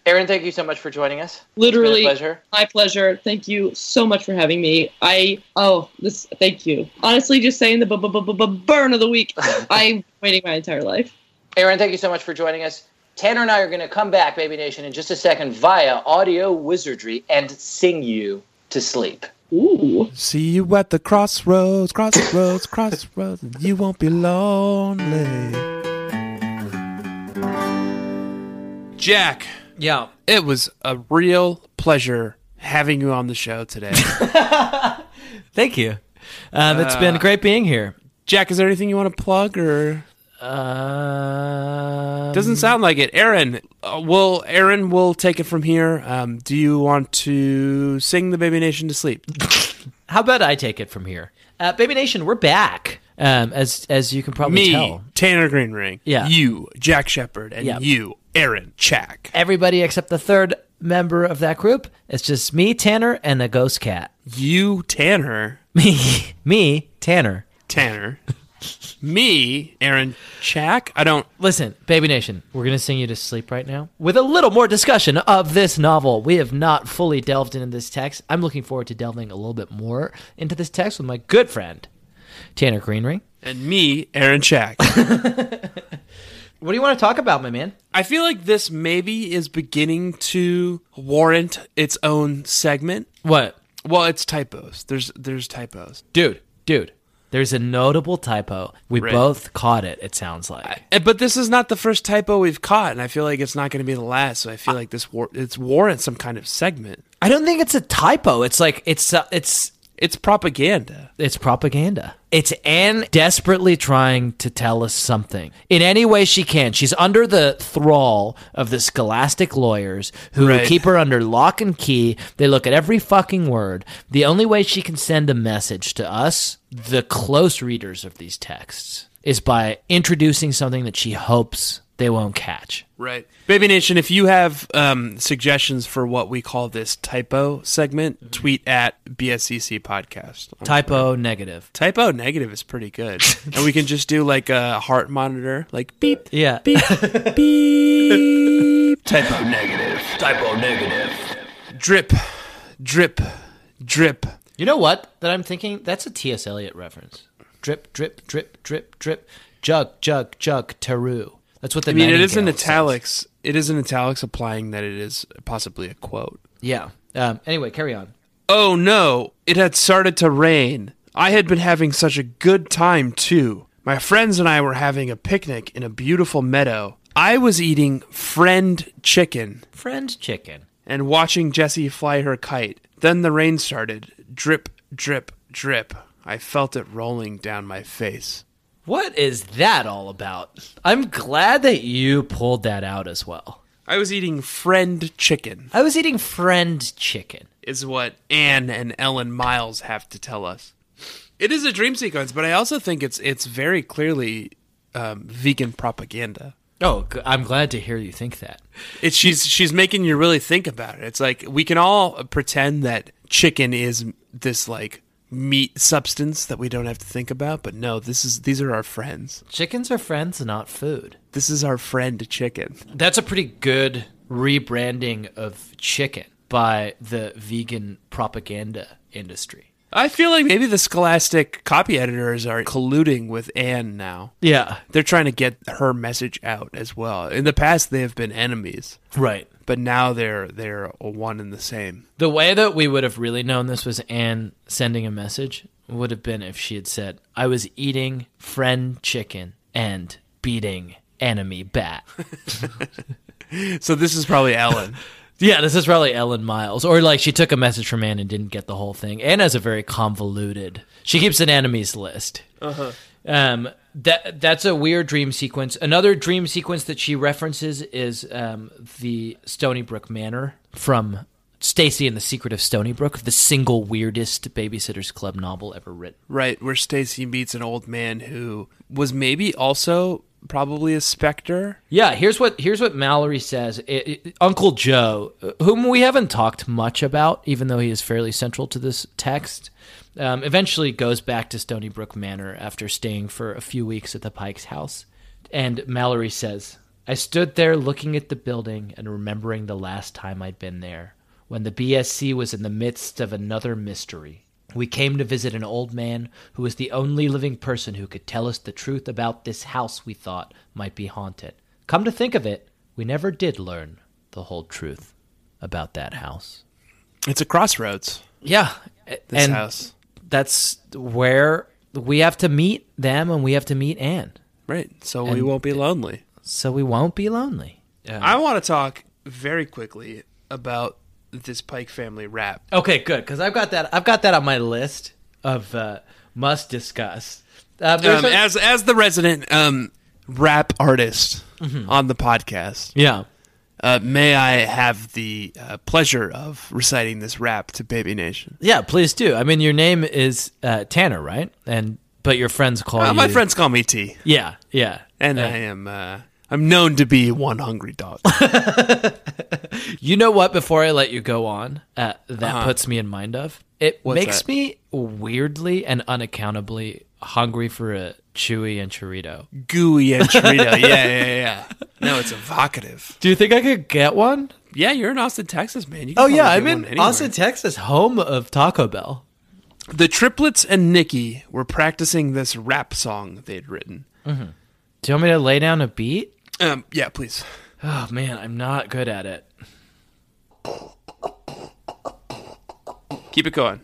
[SPEAKER 6] Aaron, thank you so much for joining us.
[SPEAKER 7] Literally,
[SPEAKER 6] It's been a pleasure.
[SPEAKER 7] My pleasure. Thank you so much for having me. I oh this thank you. Honestly, just saying the bu- bu- bu- bu- bu- burn of the week. I'm waiting my entire life.
[SPEAKER 6] Aaron, thank you so much for joining us. Tanner and I are going to come back, Baby Nation, in just a second via audio wizardry and sing you to sleep.
[SPEAKER 7] Ooh.
[SPEAKER 3] See you at the crossroads, crossroads, crossroads. and You won't be lonely. Jack,
[SPEAKER 4] Yeah.
[SPEAKER 3] it was a real pleasure having you on the show today.
[SPEAKER 4] Thank you. Um, it's
[SPEAKER 6] Uh,
[SPEAKER 4] been great being here.
[SPEAKER 3] Jack, is there anything you want to plug or
[SPEAKER 6] uh,
[SPEAKER 4] Um,
[SPEAKER 3] doesn't sound like it? Aaron, uh, will Aaron will take it from here. Um, do you want to sing the Baby Nation to sleep?
[SPEAKER 4] how about I take it from here? Uh, Baby Nation, we're back. Um, as as you can probably
[SPEAKER 3] Me,
[SPEAKER 4] tell,
[SPEAKER 3] Tanner Greenring.
[SPEAKER 4] Yeah.
[SPEAKER 3] You, Jack Shepard, and
[SPEAKER 4] Yeah.
[SPEAKER 3] you, Aaron Chack.
[SPEAKER 4] everybody except the third member of that group. It's just me, Tanner, and the ghost cat.
[SPEAKER 3] You, Tanner.
[SPEAKER 4] Me, me, Tanner.
[SPEAKER 3] Tanner. me, Aaron Chack. I don't.
[SPEAKER 4] Listen, Baby Nation, we're going to sing you to sleep right now with a little more discussion of this novel. We have not fully delved into this text. I'm looking forward to delving a little bit more into this text with my good friend, Tanner Greenring.
[SPEAKER 3] And me, Aaron Chack.
[SPEAKER 4] What do you want to talk about, my man?
[SPEAKER 3] I feel like this maybe is beginning to warrant its own segment.
[SPEAKER 4] What?
[SPEAKER 3] Well, it's typos. There's there's typos.
[SPEAKER 4] Dude, dude, there's a notable typo. We
[SPEAKER 3] Right.
[SPEAKER 4] both caught it, it sounds like.
[SPEAKER 3] Eh, But this is not the first typo we've caught, and I feel like it's not going to be the last. So I feel like this war it's warrants some kind of segment.
[SPEAKER 4] I don't think it's a typo. It's like, it's, uh, it's,
[SPEAKER 3] It's propaganda.
[SPEAKER 4] it's propaganda. It's Anne desperately trying to tell us something in any way she can. She's under the thrall of the scholastic lawyers who
[SPEAKER 3] Right.
[SPEAKER 4] keep her under lock and key. They look at every fucking word. The only way she can send a message to us, the close readers of these texts, is by introducing something that she hopes they won't catch.
[SPEAKER 3] Right. Baby Nation, if you have um, suggestions for what we call this typo segment, tweet at BSCC podcast.
[SPEAKER 4] Typo negative.
[SPEAKER 3] Typo negative is pretty good. and we can just do like a heart monitor, like beep,
[SPEAKER 4] Yeah.
[SPEAKER 3] beep, beep.
[SPEAKER 8] Typo negative. Typo negative.
[SPEAKER 3] Drip, drip, drip.
[SPEAKER 4] You know what? That I'm thinking that's a T.S. Eliot reference. Drip, drip, drip, drip, drip. Jug, jug, jug. Taru. That's what the.
[SPEAKER 3] I mean, it is
[SPEAKER 4] Nightingale
[SPEAKER 3] in
[SPEAKER 4] says.
[SPEAKER 3] italics. It is in italics, implying that it is possibly a quote.
[SPEAKER 4] Yeah. Um, anyway, carry on.
[SPEAKER 3] Oh no, it had started to rain. I had been having such a good time, too. My friends and I were having a picnic in a beautiful meadow. I was eating friend chicken
[SPEAKER 4] Friend chicken.
[SPEAKER 3] and watching Jessie fly her kite. Then the rain started. Drip, drip, drip. I felt it rolling down my face.
[SPEAKER 4] What is that all about? I'm glad that you pulled that out as well.
[SPEAKER 3] I was eating friend chicken,
[SPEAKER 4] I was eating friend chicken.
[SPEAKER 3] is what Anne and Ellen Miles have to tell us. It is a dream sequence, but I also think it's it's very clearly um, vegan propaganda.
[SPEAKER 4] Oh, g- I'm glad to hear you think that.
[SPEAKER 3] It's she's she's making you really think about it. It's like we can all pretend that chicken is this like meat substance that we don't have to think about, but no, this is these are our friends.
[SPEAKER 4] Chickens are friends, not food.
[SPEAKER 3] This is our friend chicken.
[SPEAKER 4] That's a pretty good rebranding of chicken by the vegan propaganda industry.
[SPEAKER 3] I feel like maybe the scholastic copy editors are colluding with Anne now.
[SPEAKER 4] Yeah,
[SPEAKER 3] They're trying to get her message out as well. In the past they have been enemies,
[SPEAKER 4] right.
[SPEAKER 3] but now they're they're one and the same.
[SPEAKER 4] The way that we would have really known this was Anne sending a message would have been if she had said, I was eating friend chicken and beating enemy bat.
[SPEAKER 3] So this is probably Ellen.
[SPEAKER 4] yeah, this is probably Ellen Miles. Or like she took a message from Anne and didn't get the whole thing. Anne has a very convoluted, she keeps an enemies list. Um, that that's a weird dream sequence. Another dream sequence that she references is um, the Stony Brook Manor from Stacy and the Secret of Stony Brook, the single weirdest Babysitters Club novel ever written.
[SPEAKER 3] Right, where Stacy meets an old man who was maybe also probably a specter.
[SPEAKER 4] Yeah, here's what here's what Mallory says. It- it- Uncle Joe, uh, whom we haven't talked much about, even though he is fairly central to this text, um, eventually goes back to Stony Brook Manor after staying for a few weeks at the Pike's house. And Mallory says, "I stood there looking at the building and remembering the last time I'd been there, when the BSC was in the midst of another mystery.
[SPEAKER 9] We came to visit an old man who was the only living person who could tell us the truth about this house we thought might be haunted. Come to think of it, we never did learn the whole truth about that house.
[SPEAKER 3] It's a crossroads.
[SPEAKER 9] Yeah.
[SPEAKER 3] This
[SPEAKER 9] and
[SPEAKER 3] house,
[SPEAKER 9] that's where we have to meet them and we have to meet Anne.
[SPEAKER 3] right? So we won't be lonely.
[SPEAKER 9] So we won't be lonely.
[SPEAKER 3] I want to talk very quickly about this Pike family rap.
[SPEAKER 4] Okay, good, because I've got that. I've got that on my list of uh, must discuss. Uh, there's
[SPEAKER 3] um,
[SPEAKER 4] a-
[SPEAKER 3] as as the resident um, rap artist on the podcast,
[SPEAKER 4] yeah,
[SPEAKER 3] uh, may I have the uh, pleasure of reciting this rap to Baby Nation?
[SPEAKER 4] yeah. Please do. I mean, your name is uh, Tanner, right? And but your friends call
[SPEAKER 3] Uh,
[SPEAKER 4] you.
[SPEAKER 3] my friends call me T,
[SPEAKER 4] Yeah, yeah.
[SPEAKER 3] and I am uh, I'm known to be one hungry dog.
[SPEAKER 4] You know what? Before I let you go on, uh, that puts me in mind of it
[SPEAKER 3] What's
[SPEAKER 4] makes
[SPEAKER 3] that?
[SPEAKER 4] me weirdly and unaccountably hungry for a chewy and chorito.
[SPEAKER 3] Gooey and Chorito. yeah, yeah, yeah. yeah. No, it's evocative.
[SPEAKER 4] Do you think I could get one?
[SPEAKER 3] Yeah, you're in Austin, Texas, man. You can
[SPEAKER 4] Oh yeah,
[SPEAKER 3] probably
[SPEAKER 4] I'm
[SPEAKER 3] get
[SPEAKER 4] in
[SPEAKER 3] one anywhere.
[SPEAKER 4] Austin, Texas, home of Taco Bell.
[SPEAKER 3] The triplets and Nikki were practicing this rap song they'd written.
[SPEAKER 4] Do you want me to lay down a beat?
[SPEAKER 3] Um, yeah, please.
[SPEAKER 4] Oh man, I'm not good at it.
[SPEAKER 3] Keep it going.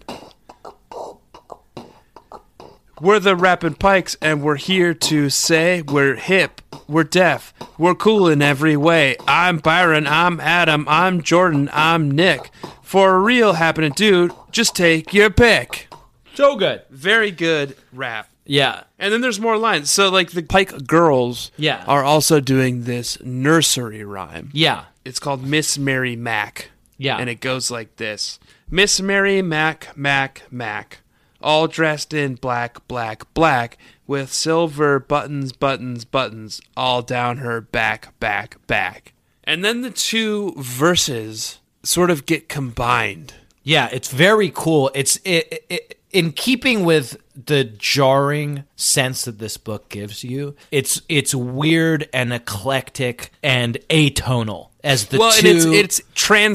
[SPEAKER 3] We're the Rappin' Pikes, and we're here to say we're hip, we're deaf, we're cool in every way. I'm Byron, I'm Adam, I'm Jordan, I'm Nick. For a real happening dude, just take your pick.
[SPEAKER 4] So good.
[SPEAKER 3] Very good rap.
[SPEAKER 4] Yeah.
[SPEAKER 3] And then there's more lines. So, like, the Pike girls
[SPEAKER 4] Yeah.
[SPEAKER 3] are also doing this nursery rhyme.
[SPEAKER 4] Yeah.
[SPEAKER 3] It's called Miss Mary Mac.
[SPEAKER 4] Yeah.
[SPEAKER 3] And it goes like this Miss Mary Mac, Mac, Mac. All dressed in black, black, black, with silver buttons, buttons, buttons, all down her back, back, back. And then the two verses sort of get combined.
[SPEAKER 4] Yeah, it's very cool. It's it, it, in keeping with the jarring sense that this book gives you. It's it's weird and eclectic and atonal as the
[SPEAKER 3] Well,
[SPEAKER 4] two.
[SPEAKER 3] and it's it's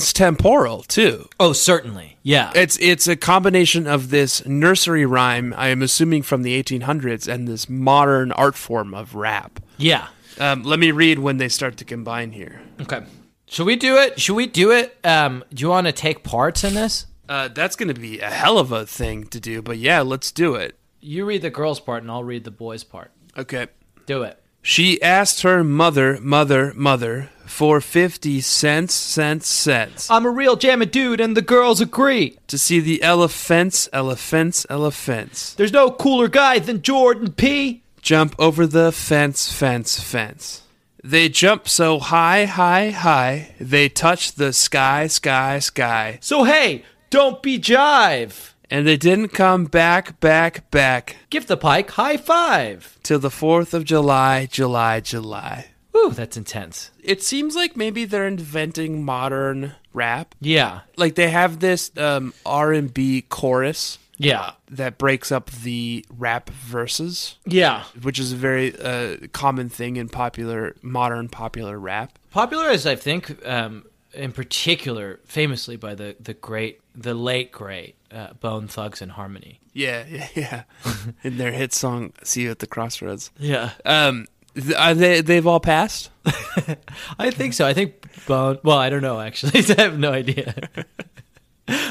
[SPEAKER 3] transtemporal too.
[SPEAKER 4] oh, certainly, yeah,
[SPEAKER 3] It's it's a combination of this nursery rhyme, I am assuming from the 1800s, and this modern art form of rap.
[SPEAKER 4] yeah.
[SPEAKER 3] Um, let me read when they start to combine here.
[SPEAKER 4] Okay, should we do it? Should we do it? Um, do you want to take parts in this?
[SPEAKER 3] Uh, that's going to be a hell of a thing to do, but yeah, let's do it.
[SPEAKER 4] You read the girls' part, and I'll read the boys' part.
[SPEAKER 3] Okay.
[SPEAKER 4] Do it.
[SPEAKER 3] She asked her mother, mother, mother for 50 cents, cents, cents
[SPEAKER 4] I'm a real jammin' dude, and the girls agree.
[SPEAKER 3] to see the elephants, elephants, elephants
[SPEAKER 4] There's no cooler guy than Jordan P.
[SPEAKER 3] jump over the fence, fence, fence. They jump so high, high, high, they touch the sky, sky, sky.
[SPEAKER 4] So hey, don't be jive.
[SPEAKER 3] And they didn't come back, back, back
[SPEAKER 4] Give the pike high five.
[SPEAKER 3] till the 4th of July, July, July.
[SPEAKER 4] Whew, that's intense.
[SPEAKER 3] it seems like maybe they're inventing modern rap.
[SPEAKER 4] Yeah,
[SPEAKER 3] Like they have this um, R and B chorus
[SPEAKER 4] yeah,
[SPEAKER 3] that breaks up the rap verses,
[SPEAKER 4] yeah.
[SPEAKER 3] which is a very uh, common thing in popular modern popular rap.
[SPEAKER 4] Popular as I think, um, in particular, famously by the the great, the late great uh, Bone Thugs and Harmony.
[SPEAKER 3] Yeah, yeah, yeah. in their hit song "See You at the Crossroads,"
[SPEAKER 4] Yeah,
[SPEAKER 3] um, th- are they they've all passed.
[SPEAKER 4] I think so. I think Bone. Well, I don't know actually. I have no idea.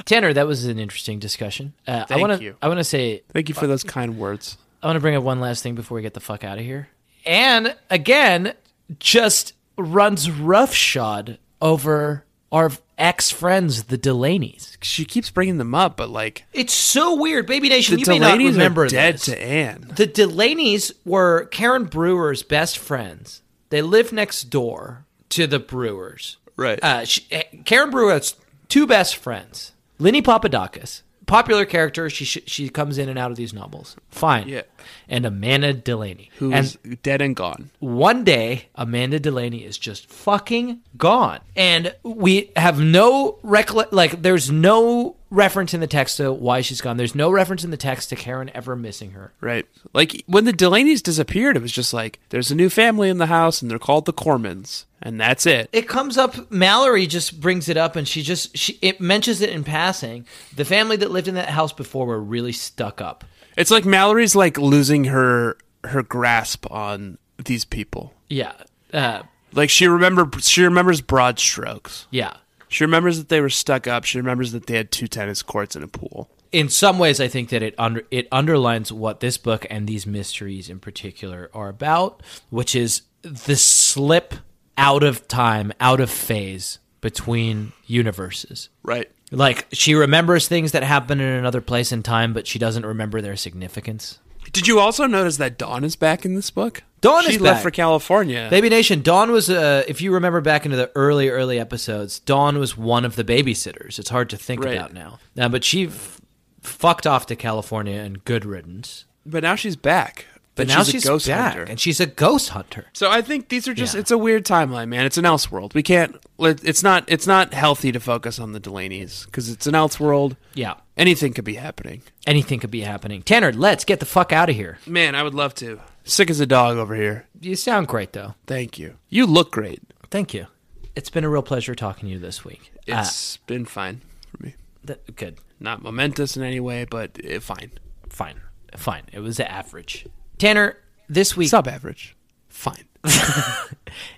[SPEAKER 4] Tanner, that was an interesting discussion. Uh, I
[SPEAKER 3] Thank
[SPEAKER 4] wanna,
[SPEAKER 3] you.
[SPEAKER 4] I want to say
[SPEAKER 3] Thank you for those kind words.
[SPEAKER 4] I want to bring up one last thing before we get the fuck out of here. And again, just runs roughshod over our ex friends, the Delaney's.
[SPEAKER 3] She keeps bringing them up, but like
[SPEAKER 4] It's so weird, Baby Nation.
[SPEAKER 3] the
[SPEAKER 4] you may not
[SPEAKER 3] Delaney's
[SPEAKER 4] remember
[SPEAKER 3] are dead
[SPEAKER 4] this.
[SPEAKER 3] to Anne.
[SPEAKER 4] The Delaney's were Karen Brewer's best friends. They live next door to the Brewers.
[SPEAKER 3] Right.
[SPEAKER 4] Uh, she, Karen Brewer has two best friends, Lenny Papadakis, popular character. She sh- she comes in and out of these novels. Fine.
[SPEAKER 3] Yeah.
[SPEAKER 4] And Amanda Delaney,
[SPEAKER 3] Who's
[SPEAKER 4] and
[SPEAKER 3] dead and gone?
[SPEAKER 4] one day Amanda Delaney is just fucking gone, and we have no recollect. Like, there's no reference in the text to why she's gone. There's no reference in the text to Karen ever missing her.
[SPEAKER 3] Right. Like when the Delaney's disappeared, it was just like there's a new family in the house and they're called the Cormans and that's it.
[SPEAKER 4] It comes up. Mallory just brings it up, and she just she it mentions it in passing. The family that lived in that house before were really stuck up.
[SPEAKER 3] It's like Mallory's like losing her her grasp on these people.
[SPEAKER 4] Yeah, uh,
[SPEAKER 3] Like she remember she remembers broad strokes.
[SPEAKER 4] yeah.
[SPEAKER 3] She remembers that they were stuck up. She remembers that they had two tennis courts and a pool.
[SPEAKER 4] In some ways, I think that it under it underlines what this book and these mysteries in particular are about, which is the slip out of time, out of phase between universes.
[SPEAKER 3] Right.
[SPEAKER 4] Like she remembers things that happen in another place in time, but she doesn't remember their significance.
[SPEAKER 3] Did you also notice that Dawn is back in this book?
[SPEAKER 4] Dawn
[SPEAKER 3] she
[SPEAKER 4] is
[SPEAKER 3] left
[SPEAKER 4] back.
[SPEAKER 3] for California.
[SPEAKER 4] Baby Nation, Dawn was, uh, if you remember back into the early, early episodes, Dawn was one of the babysitters. It's hard to think
[SPEAKER 3] Right.
[SPEAKER 4] about now. Uh, but she f- fucked off to California and good riddance.
[SPEAKER 3] but now she's back.
[SPEAKER 4] But
[SPEAKER 3] And
[SPEAKER 4] now she's,
[SPEAKER 3] a ghost
[SPEAKER 4] back
[SPEAKER 3] hunter.
[SPEAKER 4] and she's a ghost hunter.
[SPEAKER 3] So I think these are just
[SPEAKER 4] Yeah.
[SPEAKER 3] it's a weird timeline, man. It's an else world. We can't let it's not it's not healthy to focus on the Delaney's cuz it's an else world.
[SPEAKER 4] Yeah.
[SPEAKER 3] Anything could be happening.
[SPEAKER 4] Anything could be happening. Tanner, let's get the fuck out of here.
[SPEAKER 3] Man, I would love to. Sick as a dog over here.
[SPEAKER 4] You sound great, though.
[SPEAKER 3] Thank you. You look great.
[SPEAKER 4] Thank you. It's been a real pleasure talking to you this week. Uh,
[SPEAKER 3] It's been fine for me.
[SPEAKER 4] th- good.
[SPEAKER 3] Not momentous in any way, but eh, fine.
[SPEAKER 4] Fine. Fine. It was average. Tanner, this week.
[SPEAKER 3] Sub average. Fine.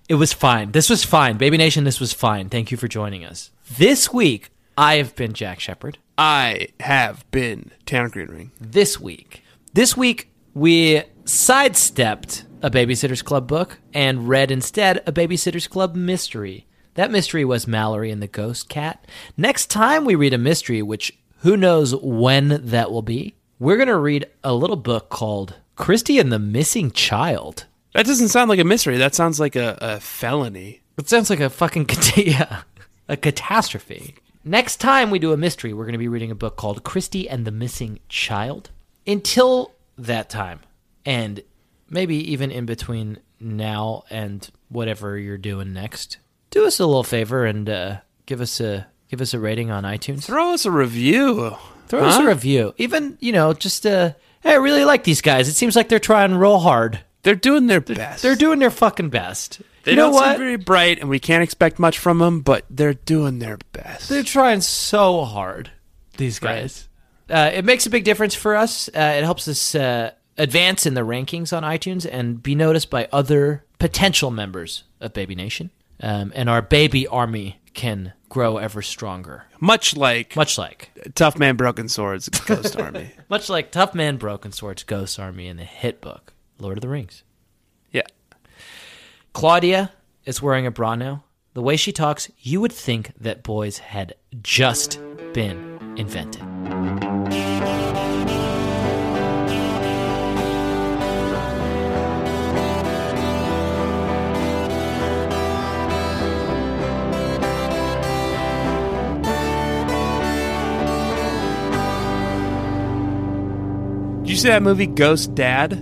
[SPEAKER 4] It was fine. This was fine. Baby Nation, this was fine. Thank you for joining us. This week, I have been Jack Shepard.
[SPEAKER 3] I have been Tanner Greenring.
[SPEAKER 4] This week. This week, we sidestepped a Babysitter's Club book and read instead a Babysitter's Club mystery. That mystery was Mallory and the Ghost Cat. Next time we read a mystery, which who knows when that will be, we're going to read a little book called Christie and the Missing Child.
[SPEAKER 3] That doesn't sound like a mystery. That sounds like a, a felony.
[SPEAKER 4] It sounds like a fucking cat- yeah, a catastrophe. Next time we do a mystery, we're going to be reading a book called Christie and the Missing Child. Until that time, and maybe even in between now and whatever you're doing next, do us a little favor and uh, give us a give us a rating on iTunes.
[SPEAKER 3] Throw us a review.
[SPEAKER 4] Throw us a review, even you know, just uh, hey, I really like these guys. It seems like they're trying real hard.
[SPEAKER 3] They're doing their best.
[SPEAKER 4] They're doing their fucking best.
[SPEAKER 3] They
[SPEAKER 4] you know
[SPEAKER 3] don't
[SPEAKER 4] what?
[SPEAKER 3] seem very bright, and we can't expect much from them, but they're doing their best.
[SPEAKER 4] They're trying so hard, these guys. Uh, it makes a big difference for us. Uh, it helps us uh, advance in the rankings on iTunes and be noticed by other potential members of Baby Nation. Um, and our baby army can grow ever stronger.
[SPEAKER 3] Much like
[SPEAKER 4] Much like,
[SPEAKER 3] Tough Man Broken Swords Ghost Army.
[SPEAKER 4] much like Tough Man, Broken Swords, Ghost Army, and the hit book, Lord of the Rings.
[SPEAKER 3] Yeah.
[SPEAKER 4] Claudia is wearing a bra now. The way she talks, you would think that boys had just been invented.
[SPEAKER 3] Did you see that movie Ghost Dad?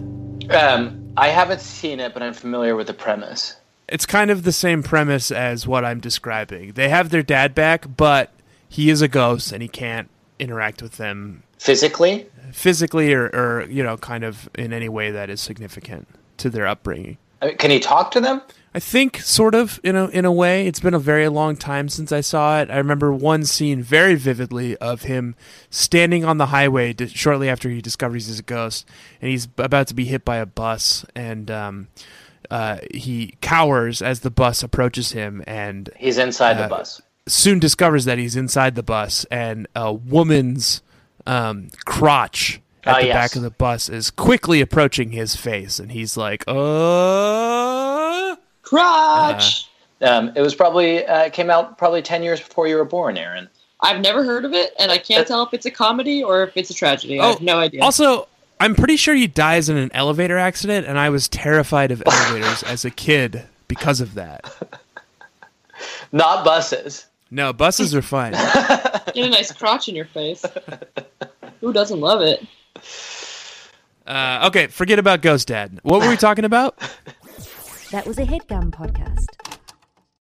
[SPEAKER 6] Um, I haven't seen it, but I'm familiar with the premise.
[SPEAKER 3] It's kind of the same premise as what I'm describing. They have their dad back, but he is a ghost and he can't interact with them
[SPEAKER 6] Physically,
[SPEAKER 3] physically or, or you know, kind of in any way that is significant to their upbringing.
[SPEAKER 6] I mean, can he talk to them?
[SPEAKER 3] I think sort of in a in a way. It's been a very long time since I saw it. I remember one scene very vividly of him standing on the highway to, shortly after he discovers he's a ghost, and he's about to be hit by a bus, and um, uh, he cowers as the bus approaches him, and
[SPEAKER 6] He's inside the bus.
[SPEAKER 3] soon discovers that he's inside the bus, and a woman's um, crotch at
[SPEAKER 6] Ah,
[SPEAKER 3] the
[SPEAKER 6] yes.
[SPEAKER 3] back of the bus is quickly approaching his face, and he's like, "Uh."
[SPEAKER 7] Crotch.
[SPEAKER 6] Um, it was probably uh, it came out probably ten years before you were born, Aaron.
[SPEAKER 7] I've never heard of it, and I can't tell if it's a comedy or if it's a tragedy. I have no idea.
[SPEAKER 3] Also, I'm pretty sure he dies in an elevator accident, and I was terrified of elevators as a kid because of that.
[SPEAKER 6] Not buses.
[SPEAKER 3] No, buses are fine.
[SPEAKER 7] Get a nice crotch in your face. Who doesn't love it?
[SPEAKER 3] Uh, okay, forget about Ghost Dad. What were we talking about?
[SPEAKER 1] That was a headgum podcast.